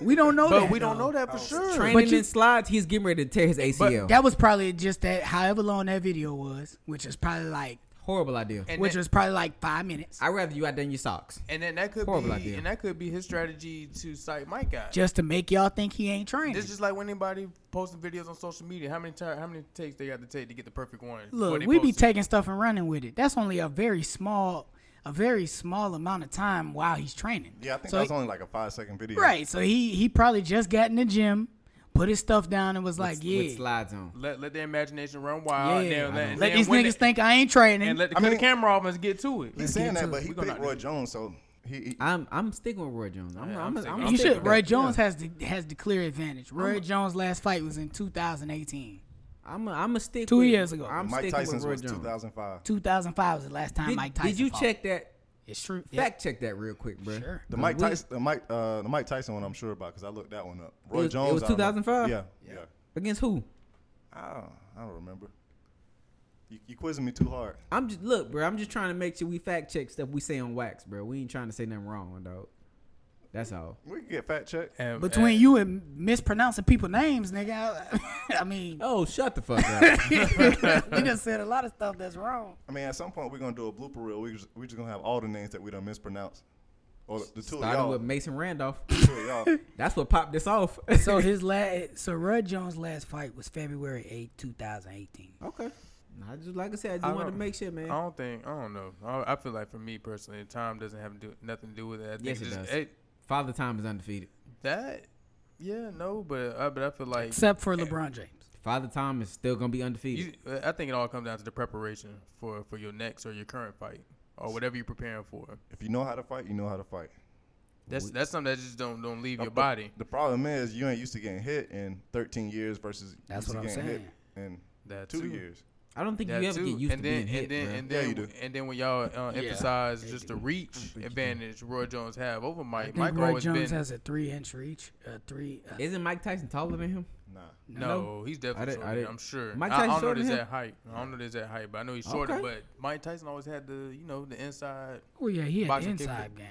B: We don't know
D: But
B: that.
D: we don't
B: though.
D: know that for sure.
A: Training
B: you-
A: in slides, he's getting ready to tear his ACL.
B: That was probably just that, however long that video was, which is probably like,
A: Horrible idea.
D: and
B: which
D: that,
B: was probably like five minutes,
A: I'd rather you out there in your socks.
D: and then that could
A: Horrible
D: be
A: idea.
D: and that could be his strategy to cite Mike out.
B: just to make y'all think he ain't training.
D: It's just like when anybody posting videos on social media. How many times? How many takes they got to take to get the perfect one? before
B: Look,
D: they
B: we be
D: post it?
B: taking stuff and running with it. That's only a very small, a very small amount of time while he's training.
C: Yeah, I think
B: so
C: that was
B: he-
C: only like a five second video.
B: right. So he he probably just got in the gym, put his stuff down, and was like,
A: with,
B: yeah,
A: with slides on.
D: let let their imagination run
B: yeah.
D: wild. and then- and
B: let
D: then
B: these
D: when
B: niggas
D: they,
B: think I ain't training.
D: and let the,
C: I
D: cut the
C: mean-
D: camera off and get to it.
C: He's saying
B: get
C: that,
B: to
C: but
B: it.
C: he
D: We gonna
C: picked
D: not
C: Roy Jones, so he. he
A: I'm I'm sticking with Roy Jones. I'm I'm,
D: Yeah, I'm
A: I'm,
D: sticking-
A: I'm
D: I'm
B: he
A: sticking
B: should.
A: with
B: Roy
A: that.
B: Jones has the has the clear advantage. Roy Jones' last fight was in 2018.
A: I'm a, I'm a stick.
B: Two
A: with,
B: years ago.
A: I'm
C: Mike
A: sticking
C: Tyson's
A: with
C: was
A: Roy Jones.
C: 2005.
B: 2005 was the last time
A: Did,
B: Mike Tyson.
A: did you
B: fought.
A: check that?
B: It's true.
A: Fact check that real quick, bro.
B: Yeah, sure.
C: The Mike
A: we-
C: Tyson, the Mike, uh, the Mike Tyson one, I'm sure about because I looked that one up. Roy
A: It was- it
C: Jones.
A: was
C: I don't know.
A: 2005?
C: Yeah, yeah.
A: Against who?
C: I don't, I don't remember. You, you quizzing me too hard.
A: I'm just look, bro. I'm just trying to make sure we fact check stuff we say on wax, bro. We ain't trying to say nothing wrong, dog. That's all.
C: We can get fact check.
D: And-
B: Between
D: and-
B: you and mispronouncing people names, nigga. I, I mean,
A: Oh, shut the fuck up.
B: you just said a lot of stuff that's wrong.
C: I mean, at some point we're gonna do a blooper reel. We just, we just gonna have all the names that we done mispronounced, or the two of
A: Starting
C: y'all.
A: with Mason Randolph.
C: the two of y'all.
A: That's what popped this off.
B: So his last, so Rudd Jones' last fight was February 8, 2018.
A: okay. I just like I said, I just
D: I
A: wanted to
D: don't-
A: make sure, man.
D: I don't think. I don't know. I, I feel like for me personally, time doesn't have to do, nothing to do with it. I think
A: Yes, it
D: just-
A: does.
D: It,
A: Father Time is undefeated.
D: that, yeah, no, but I, but I feel like
B: Except for LeBron James.
A: Father Time is still gonna be undefeated.
D: you, I think it all comes down to the preparation for for your next or your current fight or whatever you're preparing for.
C: if you know how to fight, you know how to fight.
D: That's that's something that just don't don't leave your
C: But
D: body.
C: The problem is you ain't used to getting hit in 13 years versus you
B: That's
C: used to
B: what I'm
C: getting
B: saying.
C: hit in
D: That
C: two
D: too.
C: years.
A: I don't think
D: That
A: you ever
D: too.
A: get used
D: and
A: to
D: then,
A: being hit,
D: and then,
A: bro.
D: and
C: Yeah,
D: then,
C: you do.
D: and then when y'all uh,
B: Yeah,
D: emphasize
B: they
D: just
B: do.
D: the reach
A: you do.
D: advantage Roy Jones have over
B: I
D: Mike.
B: think
D: Mike
B: Rudd
D: always
B: Jones
D: been
B: has a three inch reach. A three. Uh,
A: Isn't Mike Tyson taller than him?
C: Nah.
D: no, he's
A: I
D: definitely
A: didn't- I
D: shorter.
A: didn't-
D: I'm sure.
A: Mike
D: I, I
A: Tyson's
D: don't know
A: shorter
D: there's
A: than him?
D: that height. I don't know there's that height, but I know he's shorter.
A: Okay.
D: But Mike Tyson always had the you know the inside.
B: oh yeah, he had the
D: Boxing kick
B: inside game.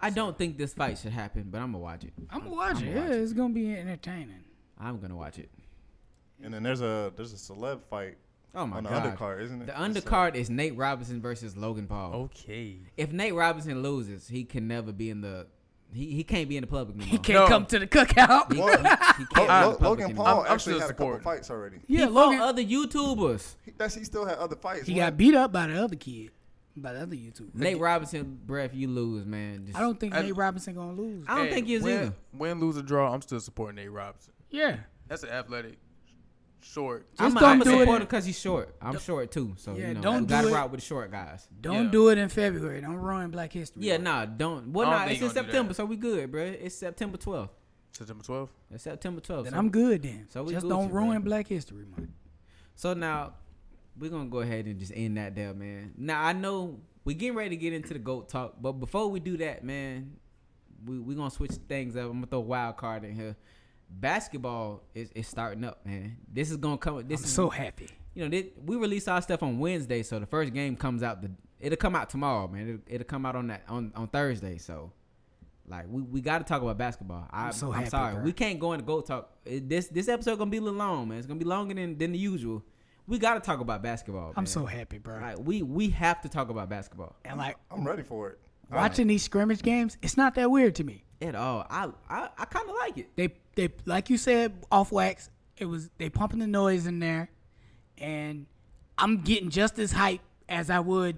A: I don't think this fight should happen, but I'm gonna watch it.
B: I'm gonna watch
A: I'ma
B: it.
A: watch
B: Yeah, it's gonna be entertaining.
A: I'm gonna watch it.
C: And then there's a there's a celeb fight
A: Oh my
C: on the
A: god.
C: undercard, isn't it?
A: The
C: It's, uh,
A: undercard is Nate Robinson versus Logan Paul.
B: Oh.
D: Okay.
A: If Nate Robinson loses, he can never be in the he, he can't be in the public no more.
B: He can't
D: No.
B: come to the cookout.
A: He-
C: Well,
A: he- he can't be in the
C: Oh, Lo-
A: public
C: Logan
A: anymore.
C: Paul
D: I'm- I'm
C: actually
D: still
C: had a couple
D: supporting.
C: fights already.
A: He
B: yeah,
A: fought
B: Logan.
A: other YouTubers.
C: He, that's he still had other fights.
B: he
C: One-
B: got beat up by the other kid, by the other YouTuber.
A: Nate Robinson, bruh, if you lose, man, just,
B: I don't think
D: I-
B: Nate Robinson gonna lose.
A: I don't think he is
D: win,
A: either.
D: Win, lose, or draw, I'm still supporting Nate Robinson.
B: yeah.
D: That's an athletic, short.
A: I'm
B: Just
A: a,
B: don't
A: I'm a
B: do it.
A: supporter because he's short. I'm short too, so
B: Yeah,
A: you know
B: don't
A: you
B: do
A: gotta
B: it.
A: rock with the short guys.
B: Don't
D: Yeah.
B: do it in February. Don't ruin Black History.
A: Yeah,
B: Month.
A: nah, don't. Well,
D: I don't
A: nah,
D: think
A: it's
D: he
A: in
D: gonna do
A: September,
D: that.
A: so we good, bruh. It's September 12th.
D: September 12th.
A: It's September 12th.
B: Then
A: so-
B: I'm good then.
A: So we
B: Just
A: Gucci,
B: don't ruin
A: man.
B: Black History Month.
A: So now we're gonna go ahead and just end that there, man. Now I know We getting ready to get into the goat talk, but before we do that, man, we we gonna switch things up. I'm gonna throw a wild card in here. Basketball is, is starting up, man. This is gonna come. This
B: I'm
A: is
B: so happy.
A: you know, they, we release our stuff on Wednesday, so the first game comes out the it'll come out tomorrow, man. It'll, it'll come out on that on, on Thursday, so like we, we got to talk about basketball. I, I'm,
B: I'm so happy,
A: sorry,
B: bro.
A: we can't go into go talk. It- this this episode gonna be a little long, man. It's gonna be longer than than the usual. We got to talk about basketball.
B: I'm
A: man.
B: so happy, bro.
A: like we we have to talk about basketball
B: And like
C: I'm ready for it.
B: watching these scrimmage games, it's not that weird to me.
A: at all. I I, I kind of like it.
B: They they like you said off wax. It was they pumping the noise in there, and I'm getting just as hype as I would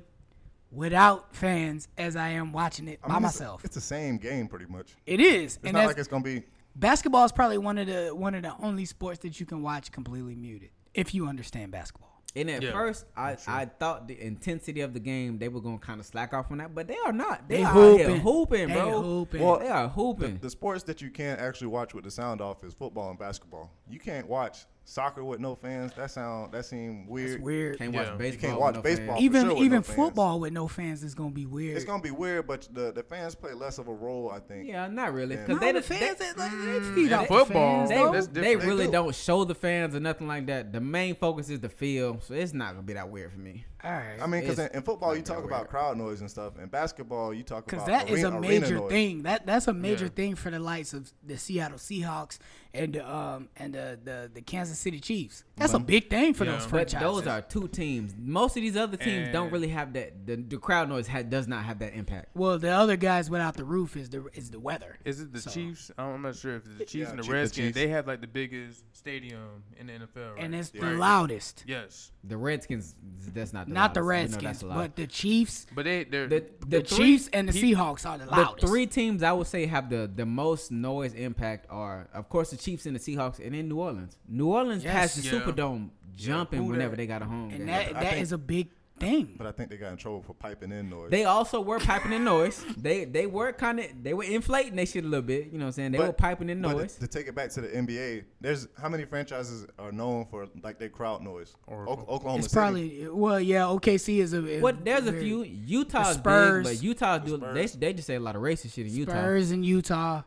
B: without fans as I am watching it
C: I
B: by
C: mean, it's-
B: myself.
C: It's the same game pretty much.
B: It is,
C: It's
B: and
C: not
B: that's,
C: like it's gonna be.
B: basketball is probably one of the one of the only sports that you can watch completely muted if you understand basketball.
A: And at
D: Yeah,
A: first, I, I thought the intensity of the game they were gonna kind of slack off on that, but they are not. They,
B: They
A: are hooping,
B: hooping.
A: hooping,
B: They
A: bro.
B: hooping.
C: Well,
A: they are hooping.
C: The sports that you can actually watch with the sound off is football and basketball. You can't watch soccer with no fans. That sound that seems
B: It's
C: weird.
B: weird.
A: Can't
D: Yeah.
A: watch
D: You
A: baseball.
C: can't
A: with
C: watch
A: no
C: baseball.
A: fans.
C: Oh, for
B: even
C: sure with
B: even
C: no fans.
B: football with no fans is gonna be weird.
C: It's gonna be weird, but the, the fans play less of a role, I think.
A: Yeah, not really.
C: Yeah.
A: Because
B: No,
A: they
B: the
A: they-
B: fans, they, like, they
A: Mm,
B: feed off
A: they-
B: the
D: football,
B: fans,
A: they,
B: though.
D: that's
A: they
D: different.
C: They
A: really
C: do.
A: do. not show the fans or nothing like that. The main focus is the field, so it's not gonna be that weird for me.
B: All right.
C: I mean, because in,
A: It's
C: in football you
A: like that
C: talk
A: weird.
C: about crowd noise and stuff, and basketball you talk
B: Because
C: about
B: that is
C: arena-
B: a
C: arena
B: major
C: noise.
B: thing. That that's a major
D: Yeah.
B: thing for the likes of the Seattle Seahawks and um and the the, the Kansas City Chiefs. That's a big thing for
D: Yeah.
B: those
A: But
B: franchises.
A: those are two teams. Most of these other teams don't
D: And-
A: really have that. The, the crowd noise ha- does not have that impact.
B: well, the other guys without the roof is the is the weather.
D: Is it the Chiefs? I'm I'm not sure if it's the Chiefs and
C: Chief-
D: the
C: the
D: Redskins.
C: Chiefs.
D: they have like the biggest stadium in the NFL. Right?
B: and it's the
D: Right.
B: loudest.
D: Yes,
A: The Redskins, that's not the
B: Not the
A: loudest. We know
B: Redskins,
A: that's a lot.
B: but the Chiefs,
D: but they they're
A: the,
B: the,
A: the three-
B: Chiefs and the
A: peop-
B: Seahawks are the
A: The
B: loudest.
A: three teams I would say have the, the most noise impact are, of course, the Chiefs and the Seahawks, and then New Orleans. New Orleans has
B: Yes.
A: the
D: Yeah.
A: Superdome jumping
B: Who
A: whenever
B: that?
A: they got a home. game.
B: and that that is
C: I think-
B: a big thing.
C: But I think they got in trouble for piping in noise.
A: They also were piping in noise. They they were kind of they were inflating their shit a little bit. You know what I'm saying? They
C: But-
A: were piping in
C: but
A: noise.
C: To, to take it back to the NBA, there's how many franchises are known for like their crowd noise?
D: Or-
C: Ok- Oklahoma
B: It's
C: City.
B: probably well, yeah. OKC is a is
A: What? There's a
B: very-
A: few. Utah's
B: Spurs.
A: big, but Utah do they
C: Spurs.
A: they just say a lot of racist shit in Utah.
B: Spurs in Utah.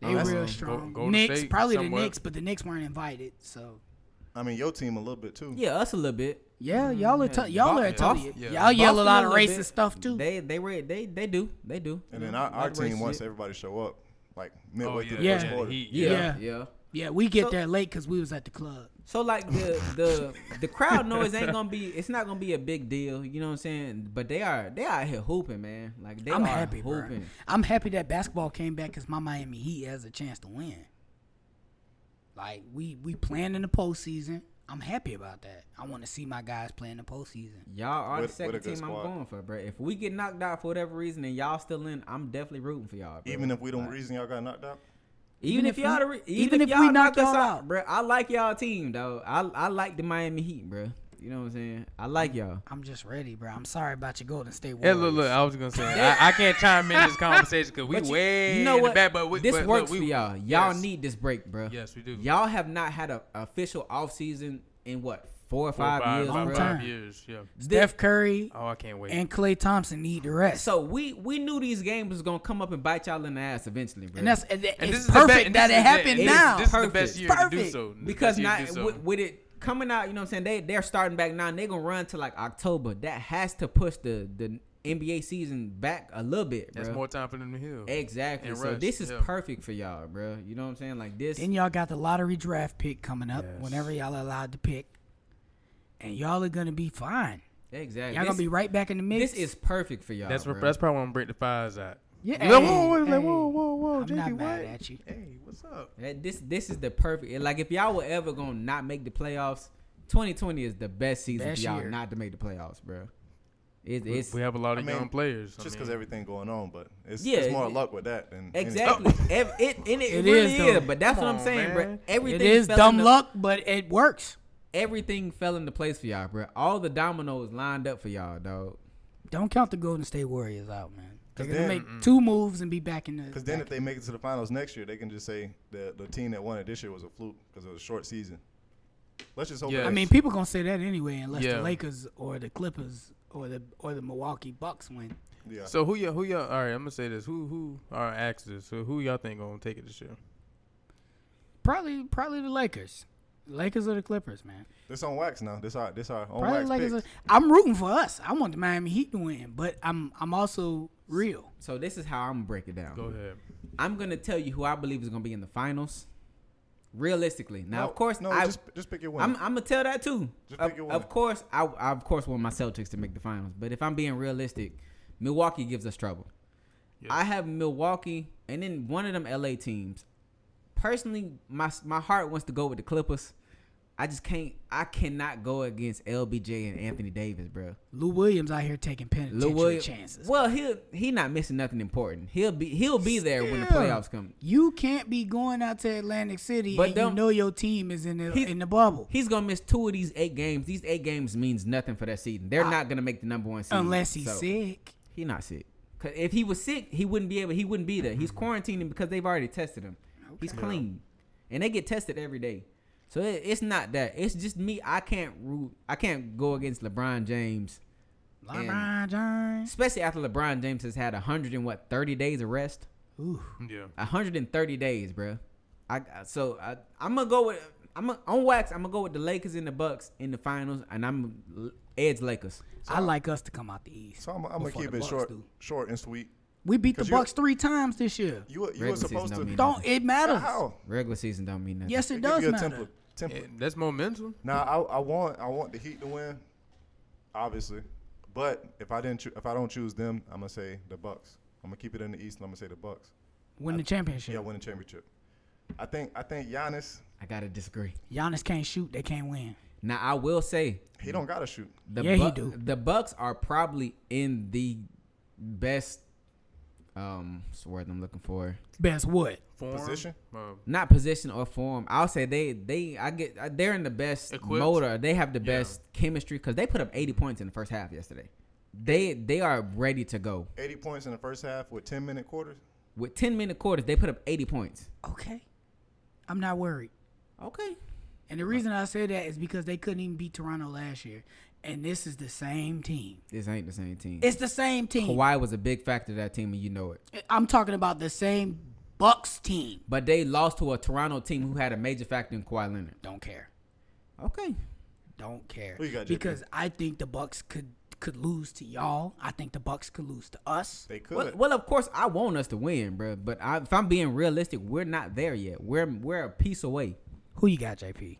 B: They
C: that's-
B: real
C: Go-
B: strong.
D: Golden
B: Knicks,
D: State
B: probably
D: somewhat.
B: the Knicks, but the Knicks weren't invited. So
C: I mean, your team a little bit too.
A: Yeah, us a little bit.
B: yeah, y'all are t- y'all are
A: Boston-
B: Italian.
D: yeah.
B: Y'all yell a
A: Boston
B: lot of
A: little
B: racist
A: bit.
B: stuff too.
A: They they were they they do they do.
C: And then
A: Yeah,
C: our,
A: a lot
C: our
A: of
C: team
A: racist
C: once
A: shit.
C: everybody show up, like midway
D: oh
C: through
D: yeah,
C: the
B: Yeah.
C: first
D: the
C: quarter.
D: Heat,
A: yeah,
D: yeah.
A: yeah
B: Yeah. yeah, we get
A: So-
B: there late because we was at the club.
A: So like the the the crowd noise ain't gonna be it's not gonna be a big deal. You know what I'm saying? But they are they out here hooping, man. Like they
B: I'm
A: are
B: happy, bro.
A: hooping.
B: I'm happy that basketball came back because my Miami Heat has a chance to win. Like we we playing in the postseason. I'm happy about that. I want to see my guys play in the postseason.
A: Y'all are
C: With-
A: the
C: with
A: second
C: a good
A: team I'm
C: squad.
A: going for, bro. If we get knocked out for whatever reason and y'all still in, I'm definitely rooting for y'all. Bro.
C: Even if we don't reason y'all got knocked out.
A: even, if, y'all, the re- even, if, y'all
B: we
A: knock us
B: knock y'all
A: out,
B: out.
A: bro. I like y'all team though. I I like the Miami Heat, bro. You know what I'm saying? I like y'all.
B: I'm just ready, bro. I'm sorry about your Golden State
D: Yeah,
B: Warriors.
D: look, look, I was gonna say I, I can't chime in this conversation because we
A: But you-
D: way
A: you know
D: in the
A: what?
D: back, but we,
A: this
D: but look,
A: works
D: we-
A: for y'all. Y'all
D: yes.
A: need this break, bro.
D: Yes, we do.
A: Y'all have not had a official offseason in what four or
D: Four,
A: five, years,
D: five,
A: bro.
D: five
B: Long
D: years. Yeah.
B: Steph Curry
D: Oh, I can't wait.
B: and Clay Thompson need the rest.
A: So we we knew these games was gonna come up and bite y'all in the ass eventually, bro.
B: and that's and it-
D: And
B: it's
D: the
B: perfect
D: be- and
B: that
D: this
B: it
D: is
B: happened
D: This,
B: now.
D: This is the
A: Perfect.
D: best year to do
B: Perfect.
D: so. The
A: because
D: best year to
A: now
D: do so.
A: with, with it coming out, you know what I'm saying? They they're starting back now. and They're gonna run to like October. That has to push the the NBA season back a little bit, bro.
D: That's more time for them to heal.
A: exactly.
D: and
A: So
D: rush,
A: this is
D: yeah.
A: perfect for y'all, bro. You know what I'm saying? Like this.
B: Then y'all got the lottery draft pick coming up
D: Yes.
B: whenever y'all are allowed to pick, and y'all are gonna be fine.
A: exactly.
B: Y'all
A: this,
B: gonna be right back in the mix.
A: this is perfect for y'all.
D: That's
A: bro.
D: where, that's probably when break the fires out.
B: yeah.
D: Whoa, whoa,
B: hey,
D: whoa,
B: hey.
D: whoa, whoa, whoa,
B: I'm
D: JD
B: not mad
D: White.
B: at you.
D: Hey, what's up?
A: That- this this is the perfect. Like if y'all were ever gonna not make the playoffs, 2020 is the best season
B: Best
A: for y'all
B: year.
A: not to make the playoffs, bro. It,
D: We-
A: it's
D: we have a lot of
C: I mean,
D: young players. I
C: Just
D: mean,
C: because everything going on, but it's,
A: Yeah,
C: it's more
A: it-
C: luck with that than anything. Oh.
A: Exactly. Ev- it, and it,
B: It
A: really
B: is,
A: is,
B: though.
A: but that's
D: Come
A: what I'm
D: on,
A: saying, bro.
D: man.
A: Everything
B: It is
A: fell
B: dumb
A: into-
B: luck, but it works.
A: Everything fell into place for y'all, bro. All the dominoes lined up for y'all, dog.
B: Don't count the Golden State Warriors out, man. They're
C: 'Cause
B: gonna
C: then-
B: make two moves and be back in the.
C: Because then,
B: back-
C: if they make it to the finals next year, they can just say the the team that won it this year was a fluke because it was a short season. Let's just hope.
D: Yeah.
C: it
B: I
C: is.
B: mean, people gonna say that anyway, unless
D: Yeah.
B: the Lakers or the Clippers or the or the Milwaukee Bucks win.
C: Yeah.
D: So who y'all? Who y'all? All right, I'm gonna say this. Who who? All right, ask this. Who, who y'all think gonna take it this year?
B: Probably probably the Lakers. Lakers or the Clippers, man.
C: this on wax now. This our this our on
B: Probably
C: wax
B: Lakers.
C: picks.
B: or- I'm rooting for us. I want the Miami Heat to win, but I'm I'm also real.
A: So this is how I'm gonna break it down.
D: Go ahead.
A: I'm gonna tell you who I believe is gonna be in the finals. Realistically, now
C: No,
A: of course
C: no,
A: I,
C: just just pick your winner.
A: I'm, I'm gonna tell that too.
C: Just
A: Of,
C: pick your winner.
A: of course, I, I of course want my Celtics to make the finals, but if I'm being realistic, Milwaukee gives us trouble.
D: Yes.
A: I have Milwaukee and then one of them LA teams. Personally, my my heart wants to go with the Clippers. I just can't. I cannot go against LBJ and Anthony Davis, bro.
B: Lou Williams out here taking penitentiary
A: Lil Williams-
B: chances.
A: Well, he he not missing nothing important. He'll be he'll be there when the
B: Still,
A: playoffs come.
B: You can't be going out to Atlantic City
A: But
B: and
A: them-
B: you know your team is in the
A: He's-
B: in the bubble
A: He's gonna miss two of these eight games. These eight games means nothing for that season. They're not gonna make the number one seed
B: unless he's
A: So,
B: sick.
A: He not sick. 'Cause if he was sick, he wouldn't be able. He wouldn't be there. He's quarantining because they've already tested him. He's clean, and they get tested every day. So it, it's not that. It's just me. I can't root. I can't go against LeBron James,
B: LeBron James.
A: especially after LeBron James has had a hundred and what thirty days of rest.
B: Ooh.
D: Yeah.
A: A 130 days, bruh. I I- so I, I'm gonna go with I'm a, on wax. I'm gonna go with the Lakers and the Bucks in the finals, and I'm l- Ed's Lakers.
B: I like us to come out the East.
C: so I'm, I'm gonna
B: Before
C: keep
B: the
C: it
B: Bucks
C: short
B: do.
C: short and sweet.
B: We beat the
C: 'Cause you-
B: Bucks three times this year.
C: You were- you
A: Regular
C: were
A: season
C: supposed
A: don't
C: to
A: mean
B: Don't it matters?
C: how?
A: Regular season don't mean nothing.
B: Yes, it
C: Give
B: does
C: you a
B: matter.
C: template. Template.
D: And that's momentum.
C: Now I, I want I want the Heat to win, obviously, but if I didn't choo- if I don't choose them, I'm gonna say the Bucks. I'm gonna keep it in the East and I'm gonna say the Bucks.
B: Win the championship.
C: Yeah, win the championship. I think I think Giannis
A: I gotta disagree.
B: Giannis can't shoot. They can't win.
A: Now I will say
C: he don't gotta shoot.
A: the
B: Yeah, he
A: Buc-
B: do.
A: the Bucks are probably in the best um what's the word I'm looking for
B: Best what?
D: Form,
C: Position?
D: Uh,
A: not position or form. I'll say they they I get uh, they're in the best
D: Equipped?
A: motor. They have the
D: Yeah.
A: best chemistry because they put up 80 points in the first half yesterday. They they are ready to go.
C: 80 points in the first half with 10 minute quarters.
A: with 10 minute quarters, they put up 80 points.
B: Okay. I'm not worried.
A: Okay.
B: And the reason I say that is because they couldn't even beat Toronto last year. And this is the same team.
A: This ain't the same team.
B: It's the same team.
A: Kawhi was a big factor to that team, and you know it.
B: I'm talking about the same Bucks team.
A: But they lost to a Toronto team who had a major factor in Kawhi Leonard.
B: Don't care.
A: Okay.
B: Don't care.
C: Who you got, JP?
B: because I think the Bucks could could lose to y'all. I think the Bucks could lose to us.
C: They could.
A: Well, well, of course, I want us to win, bro. But I, if I'm being realistic, we're not there yet. We're we're a piece away.
B: Who you got, JP?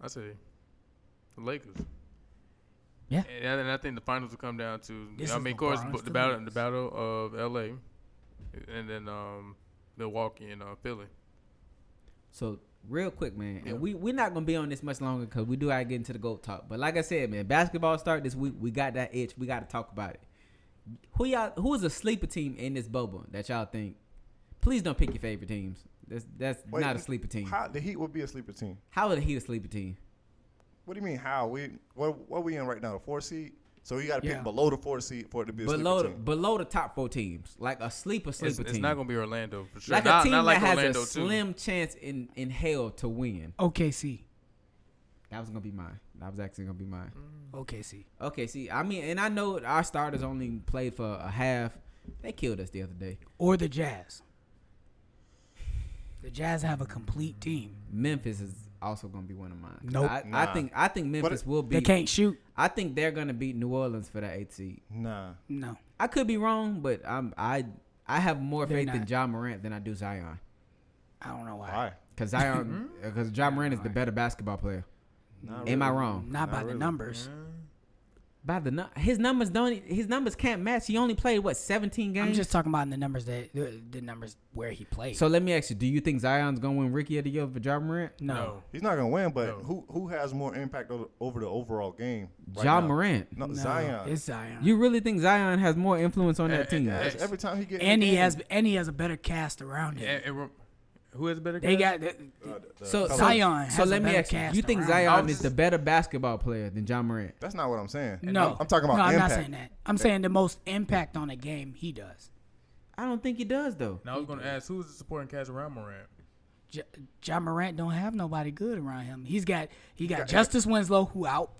D: I say the Lakers.
B: Yeah.
D: And, I- and I think the finals will come down to
B: This
D: I
B: is
D: mean, of course,
B: LeBron's
D: but the
B: to
D: battle
B: lose.
D: the battle of L.A. and then um, Milwaukee and uh, Philly.
A: So real quick, man,
D: Yeah.
A: and we we're not gonna be on this much longer because we do gotta get into the goat talk. But like I said, man, basketball start this week. We got that itch. We gotta talk about it. Who y'all? Who is a sleeper team in this bubble that y'all think? Please don't pick your favorite teams. That's that's
C: Wait,
A: not a sleeper team. How,
C: How, the Heat would be a sleeper team.
A: would he a sleeper team?
C: What do you mean how? We what what we in right now? The four seed? So you gotta pick
B: Yeah.
C: below the four seed for it to be a
A: Below the,
C: sleeper team.
A: below the top four teams, like a sleeper
D: It's,
A: sleeper
D: it's
A: team,
D: not gonna be Orlando for sure.
A: like
D: not,
A: a team
D: not like
A: that has
D: Orlando
A: a slim chance in in hell to win.
B: OKC.
A: That was gonna be mine. That was actually gonna be mine.
D: Mm-hmm.
B: OKC.
A: Okay, see, I mean, and I know our starters only played for a half. They killed us the other day.
B: Or the Jazz. The Jazz have a complete team.
A: Memphis is also going to be one of mine.
B: Nope.
A: I, I
C: Nah.
A: think I think Memphis
C: it-
A: will
B: They
A: be.
B: can't shoot.
A: I think they're going to beat New Orleans for that eight seed.
C: nah.
B: No.
A: I could be wrong, but I'm I I have more
B: They're
A: faith in
B: not.
A: John Morant than I do Zion
B: I don't know why.
C: Why?
A: because Zion
D: Mm-hmm.
A: because John Morant is the better basketball player.
C: Not
A: Am I
C: really.
A: wrong?
B: Not, by
C: really.
B: the numbers.
A: By the nu- his numbers don't e, his numbers can't match. He only played what 17 games.
B: I'm just talking about the numbers that the, the numbers where he played.
A: so let me ask you: Do you think Zion's going to win Rookie of the Year for John Morant?
B: no.
D: No.
C: He's not gonna win, but
D: No.
C: who who has more impact over, over the overall game? right
A: John
C: now?
A: Morant.
C: No,
B: No,
C: Zion.
B: It's Zion.
A: You really think Zion has more influence on that
D: Eh, eh,
A: team?
D: eh,
C: That's every time he gets
B: and he has and he has a better cast around him.
D: Yeah, and we're- who has a better?
B: They
D: guy?
B: got that
C: uh,
A: So
B: Zion
A: Zion.
B: has
A: So
B: a
A: let me
B: better
A: ask you:
B: cast
A: You think
B: around
A: Zion
D: him.
A: is the better basketball player than John Morant?
C: That's not what I'm saying.
B: no.
C: I'm, I'm talking about
B: No, I'm
C: impact.
B: not saying that. I'm saying the most impact on a game he does.
A: I don't think he does though.
D: Now I was gonna ask who's the supporting cast around Morant?
B: J- John Morant don't have nobody good around him. He's got he got Justice Winslow who out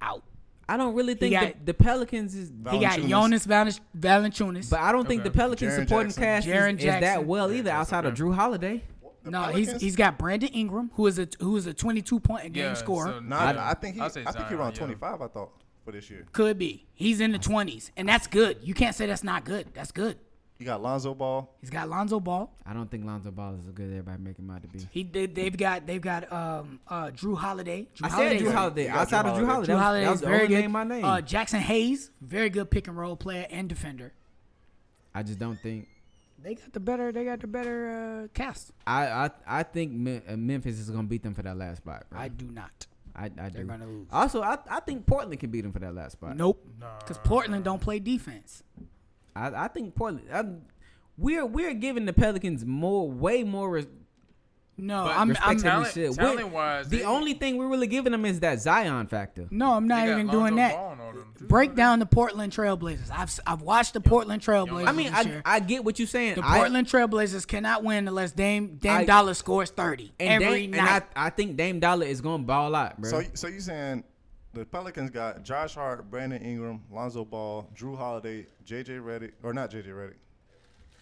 B: out
A: I don't really think
B: got-
A: the, the Pelicans is.
B: He got Jonas Valanciunas. Valanciunas.
A: But I don't think
D: Okay.
A: the Pelicans
C: Jaren
A: supporting
C: Jackson.
A: cast is,
B: Jaren
A: is that
B: Jackson.
A: well either outside of Drew Holiday.
B: no, he's he's got Brandon Ingram, who is a who is a 22 point a game
D: Yeah,
B: scorer.
D: so-
C: Nah,
D: yeah,
C: I, I think he, I
D: I'll say
C: think he
D: Zion,
C: around
D: yeah.
C: 25. I thought for this year.
B: Could be. He's in the 20s, and that's good. You can't say that's not good. That's good.
C: You got Lonzo Ball.
B: He's got Lonzo Ball.
A: I don't think Lonzo Ball is as good as everybody making him out to be.
B: He they, they've got they've got um uh Drew Holiday. Drew
A: I said Drew
B: Holiday's-
A: Holiday.
C: You got
A: Outside
C: Drew
A: of Drew Holiday,
C: Holiday.
B: Drew
A: that was-
B: Holiday
A: that was
B: is
A: the
B: very
A: only
B: good.
A: name I named.
B: Uh, Jackson Hayes, very good pick and roll player and defender.
A: I just don't think.
B: They got the better. They got the better uh, cast.
A: I I, I think Mem- uh, Memphis is gonna beat them for that last spot. Bro.
B: I
A: I
B: do not.
A: I, do.
B: gonna lose.
A: Also, I, I think Portland can beat them for that last spot.
B: Nope. Because Portland don't play defense.
A: I, I think Portland. I, we're we're giving the Pelicans more, way more res-
B: No,
D: But
B: I'm. I'm
A: respect than we
B: not,
D: talent-
A: should. We're-
D: talent-wise,
A: the
D: they-
A: only thing we're really giving them is that Zion factor.
B: no, I'm not
D: They got
B: even
D: Lonzo
B: doing
D: Ball
B: that.
D: on them, too.
B: Break down the Portland Trailblazers. I've s- I've watched the Portland Trailblazers.
A: I mean,
B: this
A: I
B: year.
A: I get what you're saying.
B: the
A: I-
B: Portland Trailblazers cannot win unless Dame Dame
A: I-
B: Dollar scores thirty
A: and
B: every
A: Dame,
B: night.
A: and I, I think Dame Dollar is gonna ball out, bro.
C: So, so you saying the Pelicans got Josh Hart, Brandon Ingram, Lonzo Ball, Drew Holiday, JJ Redick, or not JJ Redick?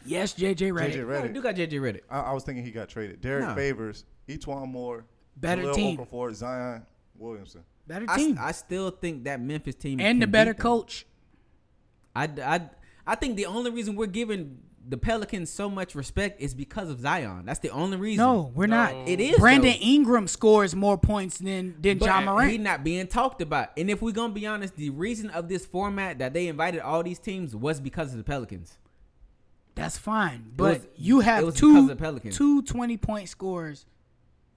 B: yes, JJ
C: JJ
B: Redick.
A: No, you
C: Redick.
A: got JJ Redick.
C: I, I was thinking he got traded. Derek
A: No.
C: Favors, Etwan Moore,
B: Better
C: Jahlil
B: team.
C: Okafor, Zion Williamson.
B: Better
A: I, s-
B: team
A: I still think that Memphis team
B: and the
A: can
B: better
A: beat them.
B: coach.
A: I, I, I think the only reason we're giving the Pelicans so much respect is because of Zion. That's the only reason.
B: No, we're not.
A: it is
B: Brandon
A: though.
B: Ingram scores more points than than
A: But uh,
B: John
A: He
B: Morant.
A: not being talked about. And if we're gonna be honest, the reason of this format that they invited all these teams was because of the Pelicans.
B: That's fine,
A: was-
B: but you
A: it
B: have
A: was because of
B: two
A: the Pelicans.
B: two 20 point scores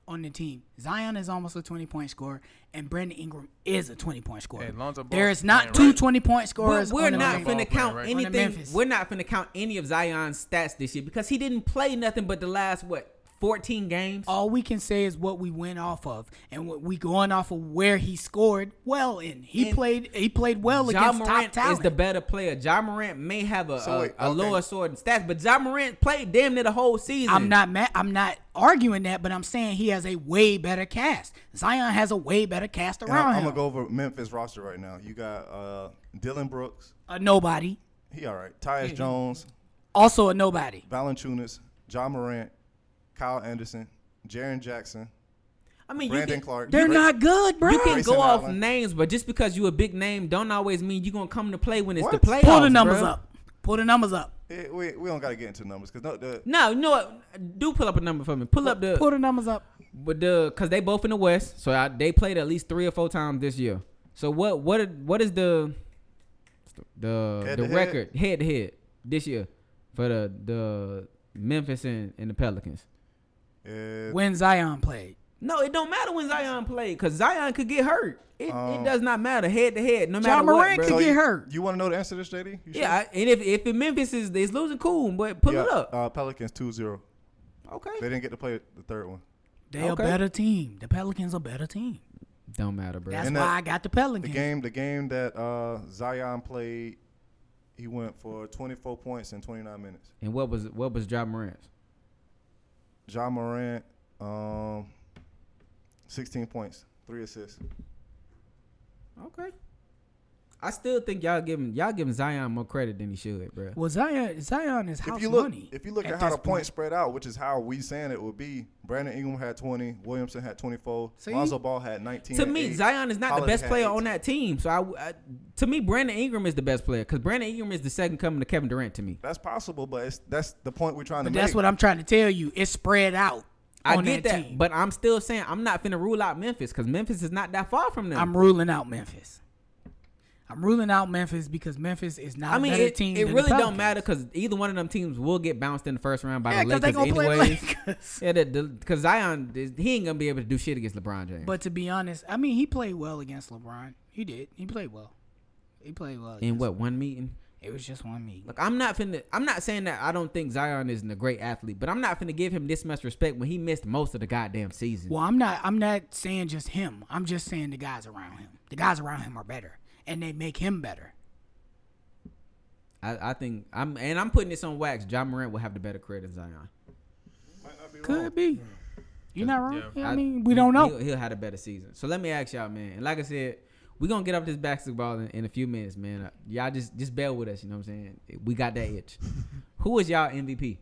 B: on the team. Zion is almost a twenty point scorer, and Brandon Ingram is a twenty point scorer.
D: Hey, Lonzo Ball
B: there is not
D: playing
B: two
D: right.
B: 20 point
A: But
B: scorers.
A: we're
B: on the
A: not
B: team.
D: Ball
A: finna
D: player,
A: count
D: right? On the
A: anything.
B: Memphis.
A: We're not finna count any of Zion's stats this year because he didn't play nothing but the last what fourteen games.
B: all we can say is what we went off of, and what we going off of where he scored well in. He
A: And
B: played he played well
A: Ja
B: against top
A: Morant
B: talent.
A: is the better player. Ja Morant may have a,
C: So
A: a,
C: wait,
A: a
C: okay.
A: lower sword in stats, but Ja Morant played damn near the whole season.
B: I'm not mad. I'm not arguing that, but I'm saying he has a way better cast. Zion has a way better cast
C: And I'm,
B: around
C: I'm
B: him.
C: gonna go over Memphis roster right now. You got uh, Dylan Brooks,
B: a nobody,
C: he all right. Tyus Jones,
B: also a nobody.
C: Valanciunas, John Morant, Kyle Anderson, Jaron Jackson,
A: I mean,
C: Brandon
A: you can,
C: Clark.
B: They're
C: Bra-
B: not good, bro.
A: You can
C: Grayson
A: go off
C: Allen.
A: names, but just because you a big name, don't always mean you gonna come to play when it's the
C: What?
A: playoffs.
B: pull the numbers
A: bruh.
B: up. Pull the numbers up.
C: Eh, we, we don't gotta get into numbers because no, the,
A: No, you know what? Do pull up a number for me. Pull up
B: Pull
A: the,
B: the numbers up.
A: but the, cause they both in the West, so I, they played at least three or four times this year. So what, what, what is the, the,
C: Head
A: the
C: to head?
A: record head to head this year for the the Memphis and, and the Pelicans?
C: eh,
B: When Zion played,
A: No, it don't matter when Zion played, cause Zion could get hurt. It, it
C: Um,
A: does not matter head to head, no matter
B: John Morant
A: what.
B: could
A: bruh.
B: get
C: you,
B: hurt.
C: You want to know the answer to this, JD? You sure?
A: Yeah, I, and if if it Memphis is is losing, cool, but pull it
C: Yeah,
A: up.
C: Uh, Pelicans 2-0. They
A: Okay,
C: didn't get to play the third one.
B: they
A: Okay.
B: a better team. The Pelicans a better team.
A: don't matter, bro.
B: That's
C: And
B: why
C: that-
B: I got the
C: The
B: Pelicans.
C: game, the game that uh, Zion played, he went for 24 points in 29 minutes.
A: and what was what was John Morant's?
C: John Morant, um, 16 points, three assists.
A: Okay. I still think y'all giving y'all giving Zion more credit than he should, bro.
B: Well, Zion Zion is house
C: If you look,
B: money.
C: if you look at, how
B: this
C: the points spread out, which is how we saying it would be, Brandon Ingram had 20, Williamson had 24,
B: See?
C: Lonzo Ball had 19.
A: To
C: and
A: me,
C: eight,
A: Zion is not the
C: Holiday
A: best
C: had
A: player on
C: 18.
A: that team. So I, w- I- to me, Brandon Ingram is the best player because Brandon Ingram is the second coming to Kevin Durant to me.
C: That's possible, but it's, that's the point we're trying
B: But
C: to
B: that's
C: make.
B: what I'm trying to tell you. It's spread out.
A: I
B: on
A: get
B: that,
A: that,
B: team.
A: but I'm still saying I'm not finna rule out Memphis because Memphis is not that far from them.
B: I'm ruling out Memphis. I'm ruling out Memphis because Memphis is not
A: I mean,
B: a better
A: it,
B: team.
A: it
B: than the
A: really don't
B: Pelicans.
A: matter because either one of them teams will get bounced in the first round by
B: Yeah,
A: the
B: 'cause
A: Lakers
B: they gonna play the
A: anyways.
B: Lakers.
A: Yeah, because Zion is, he ain't gonna be able to do shit against LeBron James.
B: But to be honest, I mean, he played well against LeBron. He did. He played well. He played well.
A: in
B: against-
A: what one meeting?
B: It was just one meeting.
A: Look, I'm not finna. I'm not saying that I don't think Zion isn't a great athlete, but I'm not finna give him this much respect when he missed most of the goddamn season.
B: Well, I'm not. I'm not saying just him. I'm just saying the guys around him. The guys around him are better, and they make him better.
A: I, I think I'm, and I'm putting this on wax. John Morant will have the better credit than Zion.
B: Could be. You're not wrong.
D: Yeah.
B: Yeah, I mean, we don't know.
A: He'll, he'll have a better season. So let me ask y'all, man. And like I said, We're gonna get off this basketball in, in a few minutes, man. Uh, Y'all just just bear with us, you know what I'm saying? We got that itch. Who is y'all MVP?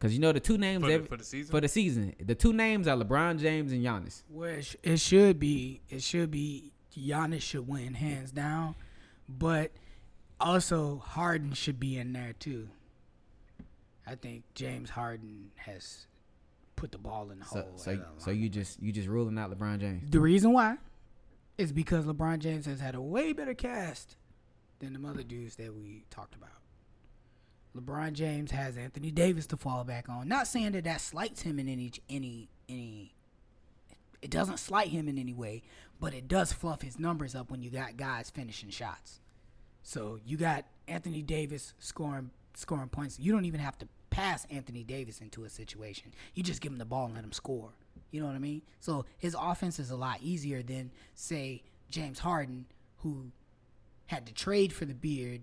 A: Cause you know the two names
D: for, the,
A: every-
D: for the season.
A: for the season. The two names are LeBron James and Giannis.
B: Well, it, sh- it should be. It should be. Giannis should win hands down, but also Harden should be in there too. I think James Harden has put the ball in the
A: So
B: hole. at
A: so,
B: a
A: so
B: lot.
A: you just you just ruling out LeBron James.
B: the reason why is because LeBron James has had a way better cast than the other dudes that we talked about. LeBron James has Anthony Davis to fall back on. Not saying that that slights him in any any any. It doesn't slight him in any way, but it does fluff his numbers up when you got guys finishing shots. So you got Anthony Davis scoring scoring points. You don't even have to pass Anthony Davis into a situation. You just give him the ball and let him score. You know what I mean? So his offense is a lot easier than say James Harden, who had to trade for the beard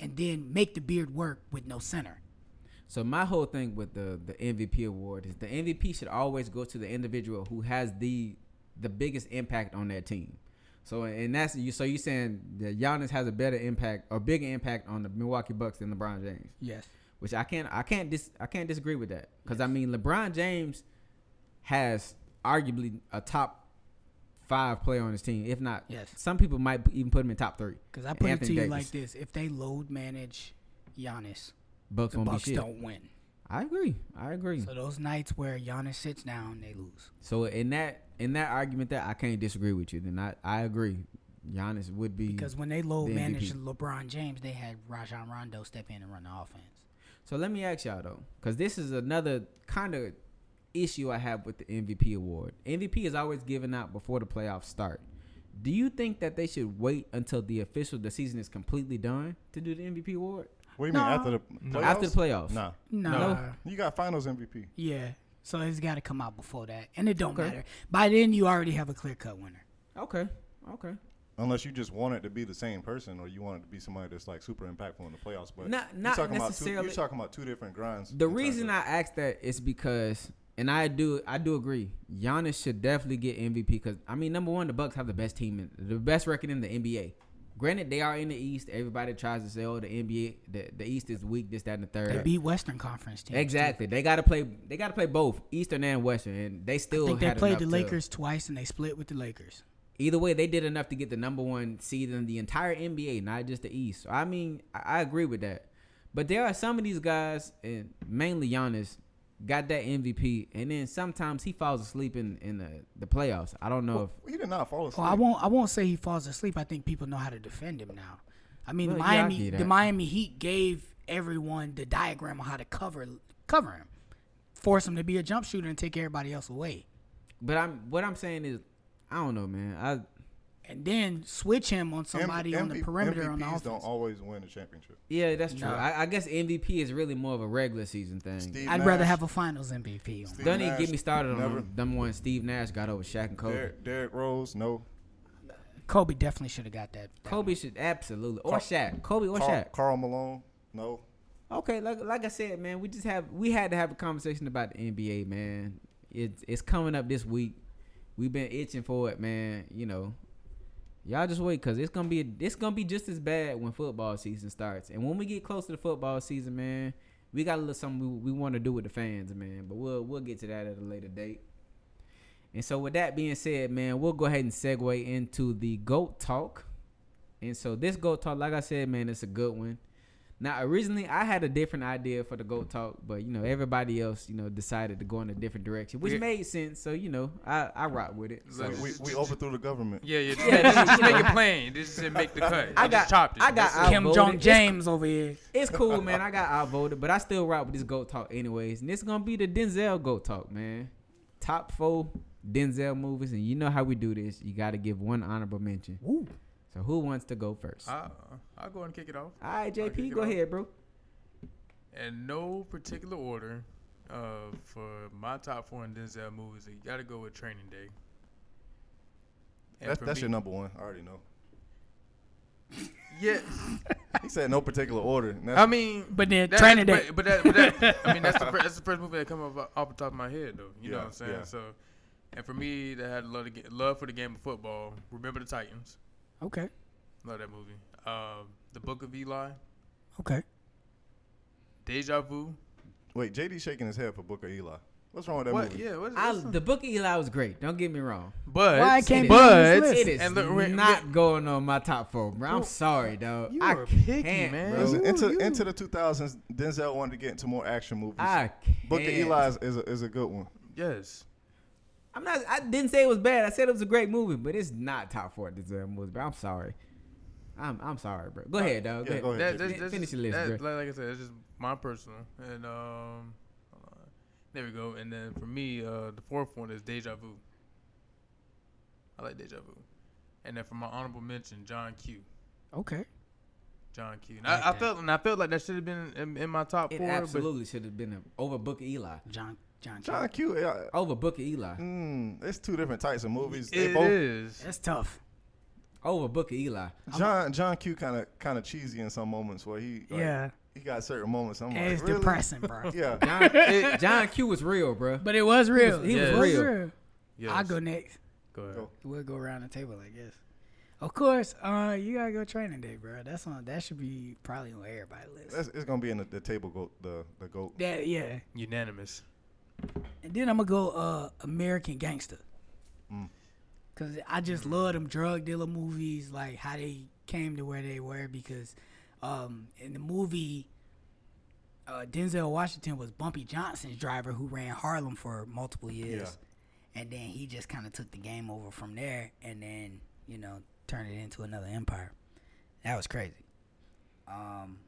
B: and then make the beard work with no center.
A: So my whole thing with the the MVP award is the MVP should always go to the individual who has the the biggest impact on that team. So and that's you. So you saying that Giannis has a better impact or bigger impact on the Milwaukee Bucks than LeBron James,
B: Yes.
A: which I can't I can't dis I can't disagree with that because I mean LeBron James has arguably a top five player on his team, if not.
B: Yes.
A: Some people might even put him in top three.
B: Because I put
A: Anthony
B: it to you
A: Davis.
B: like this: if they load manage Giannis,
A: Bucks
B: the
A: won't
B: Bucks
A: be shit.
B: don't win.
A: I agree. I agree.
B: So those nights where Giannis sits down, they lose.
A: So in that in that argument, that I can't disagree with you. Then I I agree. Giannis would be.
B: Because when they load
A: The
B: manage
A: MVP.
B: LeBron James, they had Rajon Rondo step in and run the offense.
A: so let me ask y'all though, because this is another kind of issue I have with the MVP award. MVP is always given out before the playoffs start. Do you think that they should wait until the official the season is completely done to do the MVP award
C: What do you
B: No.
C: mean after the playoffs?
A: after the playoffs?
C: Nah,
B: No.
A: No.
C: you got Finals MVP.
B: Yeah. So it's got to come out before that, and it don't
A: Okay.
B: matter. By then, you already have a clear cut winner.
A: Okay. Okay.
C: Unless you just want it to be the same person, or you want it to be somebody that's like super impactful in the playoffs, but
A: Not-
C: you're
A: not
C: talking About
A: necessarily-
C: two, you're talking about two different grinds.
A: The
C: in terms
A: reason
C: of-
A: I asked that is because, and I do, I do agree. Giannis should definitely get MVP because I mean, number one, the Bucks have the best team, in, the best record in the NBA. Granted, they are in the East. Everybody tries to say, "Oh, the NBA, the, the East is weak." This, that, and the
B: They
A: third.
B: beat Western Conference teams. too.
A: exactly. They got to play. They got to play both Eastern and Western, and they still.
B: I think they
A: had
B: played
A: enough
B: the
A: to-
B: Lakers twice, and they split with the Lakers.
A: either way, they did enough to get the number one seed in the entire NBA, not just the East. So, I mean, I, I agree with that. But there are some of these guys, and mainly Giannis, got that MVP, and then sometimes he falls asleep in in the, the playoffs. I don't know if
C: he did not
B: Oh,
C: fall asleep.
B: I won't. I won't say he falls asleep. I think people know how to defend him now. I mean,
A: Well, yeah, I
B: Miami.
A: get
B: the
A: that.
B: Miami Heat gave everyone the diagram on how to cover cover him, force him to be a jump shooter and take everybody else away,
A: But I'm what I'm saying is, I don't know, man. I
B: and then switch him on
C: M-
B: somebody on the
C: MVP
B: perimeter on the
C: MVPs
B: offense.
C: don't always win the championship.
A: yeah, that's true.
B: Nah.
A: I, I guess MVP is really more of a regular season thing.
C: Steve
B: Mm-hmm. I'd rather
C: Nash,
B: have a Finals MVP. On.
C: Steve
A: don't even
C: Nash,
A: get me started on
C: never.
A: them. number one. Steve Nash got over Shaq and Kobe.
D: Oh.
C: Derrick, Derrick Rose, no.
B: Kobe definitely should have got that. that one.
A: Kobe should absolutely or
C: Car-
A: Shaq. Kobe or
C: Carl,
A: Shaq.
C: Carl Malone, no.
A: Okay, like like I said, man, we just have we had to have a conversation about the NBA, man. It's it's coming up this week. We've been itching for it, man. You know, y'all just wait because it's gonna be it's gonna be just as bad when football season starts. And when we get close to the football season, man, we got a little something we, we want to do with the fans, man. But we'll we'll get to that at a later date. And so with that being said, man, we'll go ahead and segue into the goat talk. And so this goat talk, like I said, man, it's a good one. Now, originally, I had a different idea for the goat talk, but you know, everybody else, you know, decided to go in a different direction, which
D: Yeah.
A: made sense. So you know, I I rock with it.
D: Look,
A: So,
C: We, we, we overthrew the government.
D: yeah, yeah. Just, make- just make it plain. This didn't make the cut.
A: I
D: just
A: got-
D: chopped it.
A: I got
D: That's it.
A: out-
B: Kim
A: Outvoted.
B: Jong
A: It's-
B: James over here.
A: it's cool, man. I got outvoted, but I still rock with this goat talk, anyways. And it's gonna be the Denzel goat talk, man. Top four Denzel movies, and you know how we do this. You got to give one honorable mention.
B: Ooh.
A: So who wants to go first?
D: I, uh, I'll go and kick it off.
A: All right,
D: I'll kick
A: JP,
D: it
A: go
D: off.
A: ahead, bro.
D: in no particular order uh, for my top four in Denzel movies, you got to go with Training Day. And
C: That's,
D: for
C: that's
D: me-
C: your number one. I already know.
D: Yeah,
C: He said no particular order. and that's-
D: I mean,
B: But then
D: that-
B: Training Day.
D: But, but that, but that, I mean, that's the, fir- that's the first movie that come up off the top of my head, though. You know
C: Yeah,
D: what I'm saying?
C: yeah.
D: So, And for me, that had love, to get, love for the game of football. Remember the Titans.
B: Okay.
D: Love that movie. Um, the Book of Eli.
B: Okay.
D: Deja Vu.
C: Wait, JD shaking his head for Booker Eli. What's wrong with that
D: What?
C: movie?
D: Yeah. What is
A: I,
D: this?
A: the book of Eli was great. Don't get me wrong.
D: But
B: Why I can't
A: be
D: but
B: on this
A: It
B: listen,
A: is
D: and look, we're-
A: not going on my top four, bro. I'm sorry, dog.
D: You
A: I
D: are picky,
A: can't,
D: man.
A: bro.
C: Listen,
D: Ooh,
C: into
D: you-
C: into the 2000s, Denzel wanted to get into more action movies.
A: I can't.
C: Booker Eli is, is, a, is a good one.
D: yes.
A: I'm not. I didn't say it was bad. I said it was a great movie, but it's not top four Denzel movies, bro. I'm sorry. I'm I'm sorry, bro. Go ahead, dog.
C: Uh, yeah, go ahead.
D: That,
C: Jay.
D: that's,
A: Fin-
D: that's
A: finish
D: just-
A: your list,
D: that-
A: bro.
D: like, like I said, it's just my personal. And um, hold on. there we go. And then for me, uh, the fourth one is Deja Vu. I like Deja Vu. And then for my honorable mention, John Q.
B: Okay.
D: John Q. And
A: I
D: I,
A: like
D: I
A: that.
D: felt and I felt like that should have been in, in my top
A: It
D: four. Absolutely.
A: absolutely should have been a, over Booker Eli.
B: John. John.
C: John
B: John.
C: Q. Yeah,
A: Over Booker Eli.
C: mm, it's two different types of movies.
D: But
C: They
D: it
C: both
D: is.
B: That's tough.
C: Mm-hmm.
A: Over Booker Eli.
C: John John Q. Kind of kind of cheesy in some moments where he like,
B: yeah.
C: he got certain moments. I'm
B: And
C: like,
B: it's
C: really?
B: depressing, bro.
C: Yeah,
A: John, John Q was real, bro.
B: but it was real.
A: He
D: was
B: It
A: real.
D: Yes.
B: I'll go next.
D: Go ahead.
C: Go.
B: We'll go around the table, I guess. Of course, uh, you gotta go training day, bro. That's on. That should be probably on everybody's list.
C: that's, it's gonna be in the, the table goat the the goat.
B: That yeah.
D: Unanimous.
B: And then I'm gonna go uh, American Gangster.
C: Mm.
B: Cause I just love them drug dealer movies, like how they came to where they were. Because um, in the movie, uh, Denzel Washington was Bumpy Johnson's driver who ran Harlem for multiple years, and then he just kind of took the game over from there, and then you know turned it into another empire. That was crazy. Um,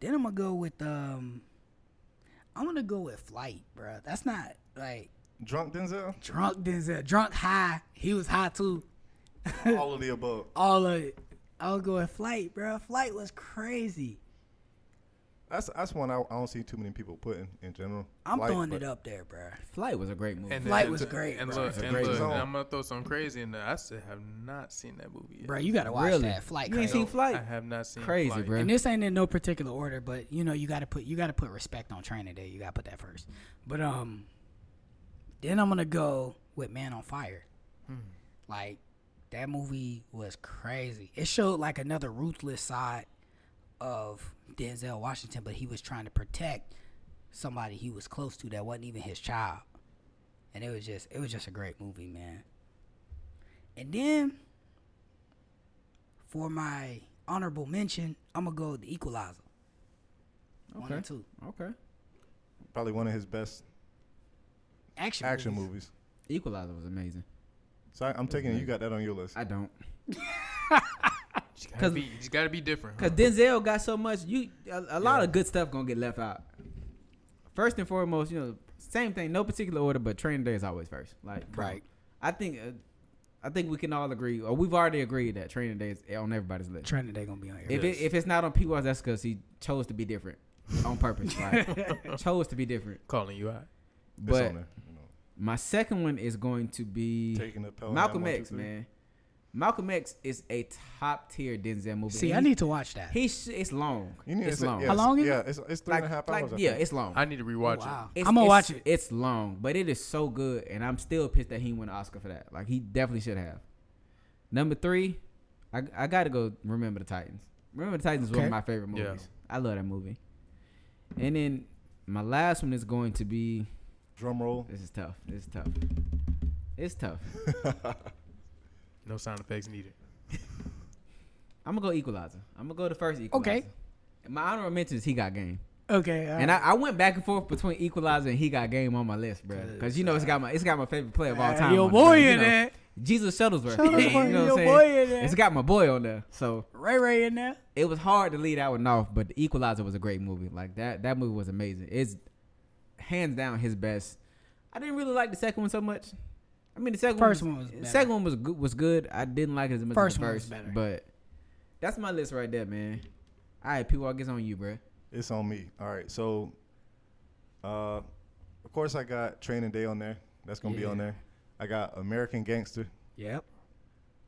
B: then I'm gonna go with um, I'm gonna go with Flight, bro. That's not like
C: Drunk Denzel.
B: drunk Denzel, drunk high. He was high too.
C: All of the above.
B: All of it. I'll go with Flight, bro. Flight was crazy.
C: That's that's one I, I don't see too many people putting in general.
B: I'm
C: Like,
B: throwing it
C: but
B: up there, bro.
A: Flight was a great movie.
D: And
B: Flight
D: then-
B: was great,
D: And
B: bro.
D: look,
C: It's a
D: and
C: great
D: look,
C: song.
D: I'm gonna throw some crazy in there. I still have not seen that movie yet.
B: Bro, you gotta watch
A: Really?
B: that Flight.
A: You ain't seen
B: crazy.
A: Flight?
D: I have not seen
A: Crazy,
D: Flight.
A: bro.
B: And this ain't in no particular order, but you know you gotta put you gotta put respect on training day. You gotta put that first. But um, then I'm gonna go with Man on Fire. Like that movie was crazy. It showed like another ruthless side of Denzel Washington, but he was trying to protect somebody he was close to that wasn't even his child. And it was just it was just a great movie, man. And then for my honorable mention, I'm gonna go with the Equalizer. One
A: Okay.
B: and two
A: okay.
C: Probably one of his best
B: action
C: action
B: movies.
C: movies.
A: Equalizer was amazing.
C: So I, I'm taking it you got that on your list.
A: I don't.
D: You gotta,
A: 'Cause-
D: be, you gotta be different. huh?
A: Cause Denzel got so much, you a, a lot of good stuff gonna get left out. First and foremost, you know, same thing, no particular order, but training day is always first. Like, come on.
B: Right.
A: I think, uh, I think we can all agree, or we've already agreed that training day is on everybody's list.
B: Training Day gonna be on here.
A: If
D: Yes.
A: it, if it's not on P. Wise, that's because he chose to be different on purpose. Like, chose to be different.
D: Calling you out.
C: It's
A: But
C: on there, you know,
A: my second one is going to be
C: taking the Pelham
A: Malcolm
C: Hat, one,
A: X,
C: two, three.
A: man. Malcolm X is a top tier Denzel movie.
B: See, I
A: And he-
B: need to watch that.
A: He sh- it's long.
C: You need
A: it's
C: to say,
A: long.
C: Yeah,
B: How long is
C: yeah, it's it's three
A: Like,
C: and a half
A: like
C: hours. I
A: yeah,
C: think.
A: it's long.
D: I need to rewatch
B: wow.
A: It's-
B: I'm gonna
A: it's-
B: watch it.
A: It's long, but it is so good, and I'm still pissed that he won an Oscar for that. Like he definitely should have. Number three, I I gotta go. Remember the Titans. Remember the Titans is one
B: Okay.
A: of my favorite movies.
D: Yeah.
A: I love that movie. And then my last one is going to be.
C: Drum roll.
A: This is tough. This is tough. It's tough.
D: it. No sound effects needed.
A: I'm gonna go Equalizer. I'm gonna go the first Equalizer.
B: Okay.
A: My honorable mention is He Got Game,
B: Okay. uh,
A: and I, I went back and forth between Equalizer and He Got Game on my list, bro, because you know it's got my it's got my favorite player of all time.
B: uh, Your
A: on it, bro.
B: boy
A: You
B: in
A: know,
B: there.
A: Jesus Shuttlesworth.
B: Shuttlesworth,
A: you know
B: your
A: what I'm
B: boy
A: saying?
B: in there.
A: It's got my boy on there, so
B: Ray Ray in there.
A: it was hard to leave that one off. But the Equalizer was a great movie. Like that that movie was amazing. It's hands down his best. I didn't really like the second one so much. I mean, the second
B: First
A: one
B: one was
A: the
B: better.
A: second one was good. Was good. I didn't like it as much
B: First
A: as the
B: one was
A: first,
B: better.
A: but that's my list right there, man. All right, people, I guess on you, bro.
C: It's on me. All right. So, uh, of course, I got Training Day on there. That's gonna be on
B: Yeah.
C: there. I got American Gangster.
B: Yep.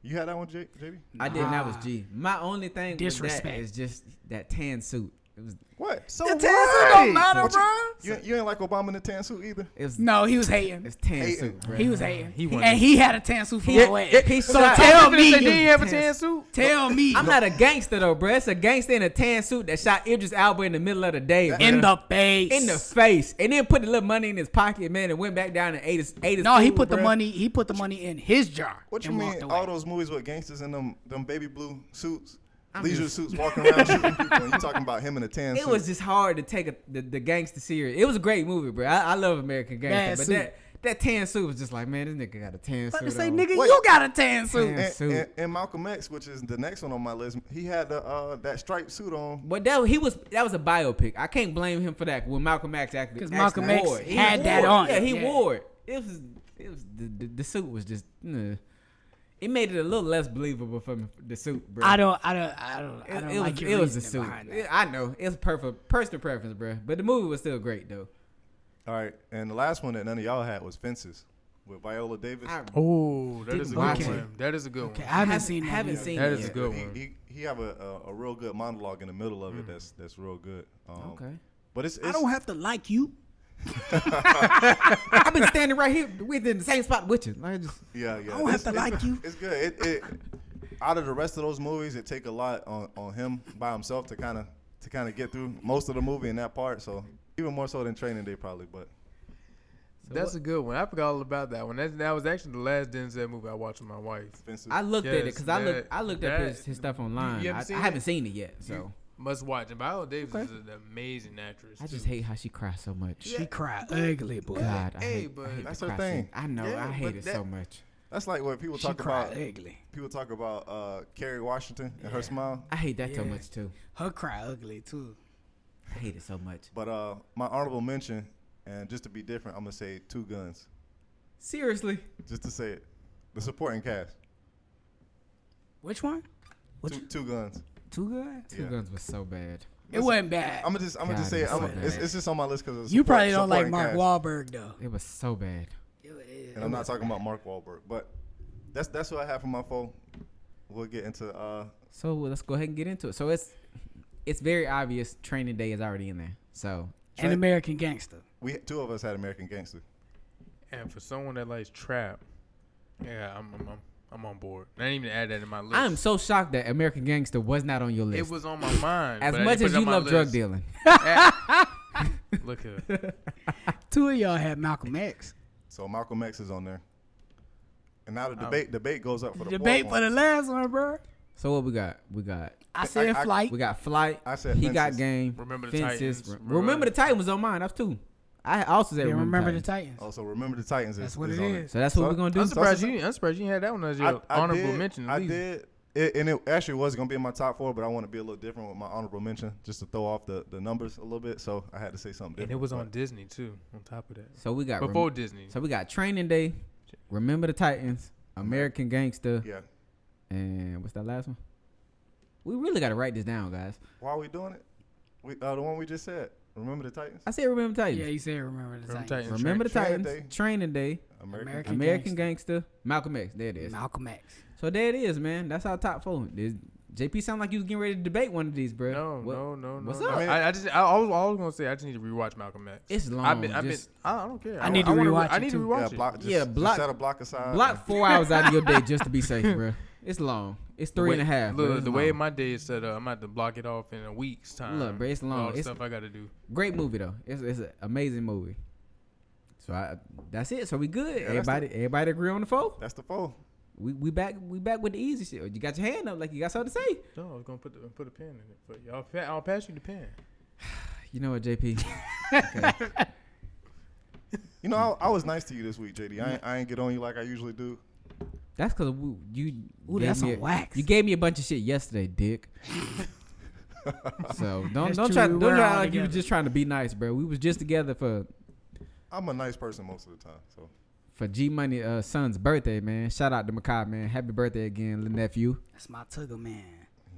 C: You had that one, J- JB?
A: I didn't. That was
B: Nah.
A: G. My only thing disrespect
B: Disrespect.
A: with that is just that tan suit. It was
C: What?
D: So
B: The tan suit don't matter,
C: What you-
B: bro.
C: You, you ain't like Obama in the tan suit either.
A: It's
B: No, he was hating.
A: it's tan
C: Hating.
A: suit, bro.
B: He was hating.
E: He wasn't-
B: and he had a Tansu for
A: Yeah,
B: a way.
A: yeah, he
B: so
A: shot-
B: tell
D: Even if They
B: me,
D: didn't have a tan suit.
B: tell me,
A: I'm not a gangster though, bro. It's a gangster in a tan suit that shot Idris Alba in the middle of the day, bro.
B: in the face.
A: in the face, and then put a little money in his pocket, man, and went back down and ate his ate his.
B: no, he
A: food,
B: put the
A: bruh.
B: money. He put the money in his jar.
C: What you
B: and
C: mean?
B: walked away.
C: All those movies with gangsters in them them baby blue suits, leisure suits, walking around shooting people. And you talking about him in a tan
A: It
C: suit?
A: was just hard to take a, the the gangster serious. It was a great movie, bro. I, I love American
B: Bad
A: Gangster, but
B: suit.
A: that that tan suit was just like, man, this nigga got a tan
B: About
A: suit.
B: to say,
A: on.
B: nigga,
C: Wait.
B: you got a Tansu.
A: Man.
C: and,
A: suit.
C: and- and Malcolm X, which is the next one on my list, he had the, uh, that striped suit on.
A: But that he was that was a biopic. I can't blame him for that. When Malcolm X acted,
B: 'Cause
A: actually
B: Malcolm X
A: wore it. He
B: had
A: wore
B: that
A: it.
B: on.
A: Yeah, he
B: Yeah.
A: wore it. It was it was the, the, the suit was just. nah. It made it a little less believable for me. The suit, bro.
B: I don't, I don't, I don't, I don't
A: it,
B: like
A: was,
B: your
A: it was a
B: reasoning
A: suit.
B: behind that.
A: It- I know it's perfect personal preference, bro. But the movie was still great though.
C: All right, and the last one that none of y'all had was Fences with Viola Davis.
A: I
D: Oh, that
A: Didn't
D: is a
A: watch
D: good
A: it.
D: one. That is a good
B: Okay,
D: one.
B: I haven't,
A: haven't-
B: seen that.
A: haven't
B: yet.
A: seen it
D: That is a
A: yet.
D: good
C: he,
D: one.
C: He, he have a, a a real good monologue in the middle of it. That's that's real good. Um,
A: Okay.
C: But it's, it's
B: Mm. I don't have to like you.
A: I've been standing right here within the same spot with you. Like, just,
C: yeah yeah.
B: I don't have
C: It's-
B: to
C: it's-
B: like you.
C: It's good. It, it out of the rest of those movies, it take a lot on, on him by himself to kind of to kind of get through most of the movie in that part. So even more so than Training Day probably. But
D: That's a good one. I forgot all about that one. That, that was actually the last Denzel movie I watched with my wife.
C: Fences.
A: I looked at it
D: Yes,
A: because I looked
D: that-
A: I looked up
D: that-
A: his, his stuff online.
D: you haven't
A: I,
D: seen
A: I haven't
D: it?
A: seen it yet, so
D: Must watch. And Viola Davis
A: Okay.
D: is an amazing actress.
A: I just
D: too.
A: hate how she cries so much.
B: She cried ugly, boy.
A: God, I
D: Hey,
A: hate,
D: but
A: I hate the
C: that's her
A: cry
C: thing.
A: scene. I know,
D: Yeah,
A: I hate
D: but
A: it
D: that-
A: so much.
C: That's like what people
B: She
C: talk about.
B: cried ugly.
C: People talk about uh, Kerry Washington and her smile.
A: I hate that so
B: Yeah.
A: much too.
B: Her cry ugly too.
A: I hate it so much.
C: But uh, my honorable mention, and just to be different, I'm gonna say Two Guns,
A: Seriously,
C: just to say it. The supporting cast,
B: Which one? Which
C: two, two Guns.
B: too good?
A: Two
C: Yeah.
A: Guns was so bad.
B: It wasn't bad.
C: I'm gonna just, I'm gonna just
A: God,
C: say, it.
A: it's
C: I'm
A: so
C: gonna- it's,
A: bad.
C: it's just on my list because
B: you probably don't like Mark Wahlberg though.
A: It was so bad.
C: And I'm not talking about Mark Wahlberg, but that's that's what I have for my phone. We'll get into uh,
A: So well, let's go ahead and get into it. So it's it's very obvious. Training Day is already in there. So
B: An American Gangster.
C: we two of us had American Gangster.
D: And for someone that likes trap, yeah, I'm I'm, I'm, I'm on board. I didn't even add that in my list.
A: I am so shocked that American Gangster was not on your
D: It
A: list.
D: was on my mind.
A: As
D: but I
A: much as
D: didn't put it on
A: you
D: my
A: love drug
D: list.
A: dealing,
D: Look here.
B: Two of y'all had Malcolm X.
C: So Malcolm X is on there. And now the debate debate goes up for the
B: Debate
C: fourth
B: for the
C: one.
B: last one, bro.
A: so what we got? We got
B: I said
C: I- I-
B: flight.
A: we got Flight.
C: I said
A: he got
C: Fences.
A: game.
D: Remember the
A: Fences.
D: Titans.
A: Remember, the Titans was on mine. That's two. I also said
B: Yeah,
A: Remember,
B: remember the
A: Titans.
B: Titans.
C: Oh, so remember the Titans.
B: That's
C: is,
B: what
C: is
B: it
C: on
B: is.
A: So that's what
C: So-
A: we're gonna do.
D: I'm
C: so-
D: surprised you. I'm surprised you had that one as your honorable
C: did,
D: mention. at
C: I
D: least.
C: did. It, and it actually was gonna be in my top four, but I want to be a little different with my honorable mention, just to throw off the, the numbers a little bit. So I had to say something
D: And
C: different.
D: it was
C: but-
D: on Disney too. On top of that,
A: so we got
D: before
A: rem-
D: Disney.
A: so we got Training Day. Remember the Titans. American Gangster.
C: Yeah.
A: And what's that last one? We really got to write this down, guys.
C: Why are we doing it? We uh, the one we just said. Remember the Titans.
A: I said remember Titans.
B: Yeah, you said remember the
D: Remember
B: Titans.
D: Titans.
A: remember the
C: Training
A: Titans. Training Day.
C: American.
B: American-
A: American Gangster. Malcolm X. There it is.
B: Malcolm X.
A: So there it is, man. That's our top four. There's- JP sound like you was getting ready to debate one of these, bro.
D: No,
A: What-
D: no, no, no.
A: what's
D: no.
A: up?
D: I, I just, I, I was, I was gonna say, I just need to rewatch Malcolm X.
A: It's long.
D: I've been, I've been,
A: Just
D: I I don't care.
B: I need to
D: wanna re-
B: rewatch
D: I
B: it,
D: need to
B: too.
D: rewatch
C: Yeah,
D: it.
C: block, just,
A: Yeah, block-
C: Just set a block aside.
A: block four hours out of your day just to be safe, bro. It's long. It's three and a half. bro.
D: Look,
A: It's
D: the way
A: long.
D: my day is set up, I'm about to block it off in a week's time.
A: Look, bro, it's
D: with
A: long.
D: All the
A: It's-
D: stuff I gotta do.
A: great movie though. It's it's an amazing movie. So I, that's it. So we good.
C: that's
A: everybody, everybody agree on the four.
C: That's the four.
A: We we back we back with the easy shit. You got your hand up like you got something to say.
D: No, I was gonna put the, put a pen in it, but y'all, pa- I'll pass you the pen.
A: You know what, JP?
C: You know, I, I was nice to you this week, JD. I ain't, I ain't get on you like I usually do.
A: That's because you.
B: Ooh,
A: gave
B: that's
A: me
B: some
A: a-
B: wax.
A: You gave me a bunch of shit yesterday, Dick. so don't
B: That's
A: don't
B: true,
A: try
B: we
A: don't
B: were
A: try to
B: all
A: act like you were
B: together.
A: just trying to be nice, bro. We was just together for
C: I'm a nice person most of the time. So
A: for G Money uh, son's birthday, man. Shout out to Makai, man. Happy birthday again, little nephew.
B: That's my tugger man.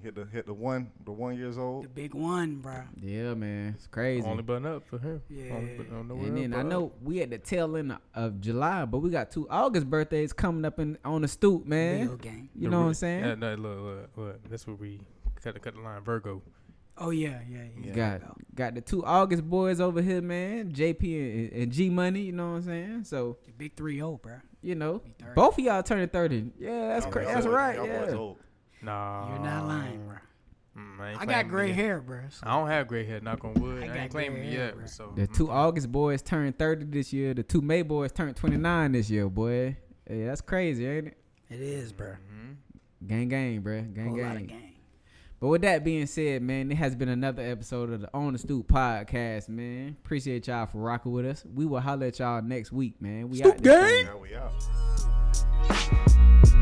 C: hit the hit the one the one years
B: The
C: old.
B: big one, bro.
A: Yeah, man. It's crazy.
D: Only button up for him.
B: Yeah.
D: Only button- don't know where
A: and then
D: but
A: I
D: up.
A: know we at the tail end of July, but we got two August birthdays coming up in on the stoop, man.
B: Video game.
A: You
D: The
A: know what
D: re-
A: I'm saying?
D: Yeah, no, look, look, look. That's what we cut, cut the line. Virgo.
B: Oh yeah, yeah, yeah.
A: Got got the two August boys over here, man. JP and, and G Money, you know what I'm saying? So
B: The big three zero, bro.
A: you know,
B: Be thirty.
A: both of y'all turning thirty. Yeah, that's
C: Y'all
A: crazy.
C: boys
A: That's
C: old.
A: right.
C: Y'all boys
A: Yeah.
C: old.
D: Nah.
B: You're not lying, bro.
D: Mm, ain't
B: I got
D: claiming
B: gray
D: it.
B: hair, bro. So.
D: I don't have gray hair. Knock on wood.
B: I
D: I,
B: got
D: ain't claiming
B: gray
D: it
B: hair,
D: yet.
B: bro.
D: So
A: The
D: mm.
A: two August boys turned thirty this year. The two May boys turned twenty nine this year, boy. Yeah, that's crazy, ain't it?
B: It is, bro.
A: Gang gang, bruh.
B: A
A: Gang
B: whole lot
A: gang.
B: of gang.
A: But with that being said, man, it has been another episode of the On the Stoop podcast, man. Appreciate y'all for rocking with
D: Mm.
A: us. We will holler at y'all next week, man. We out this thing.
C: Now we out.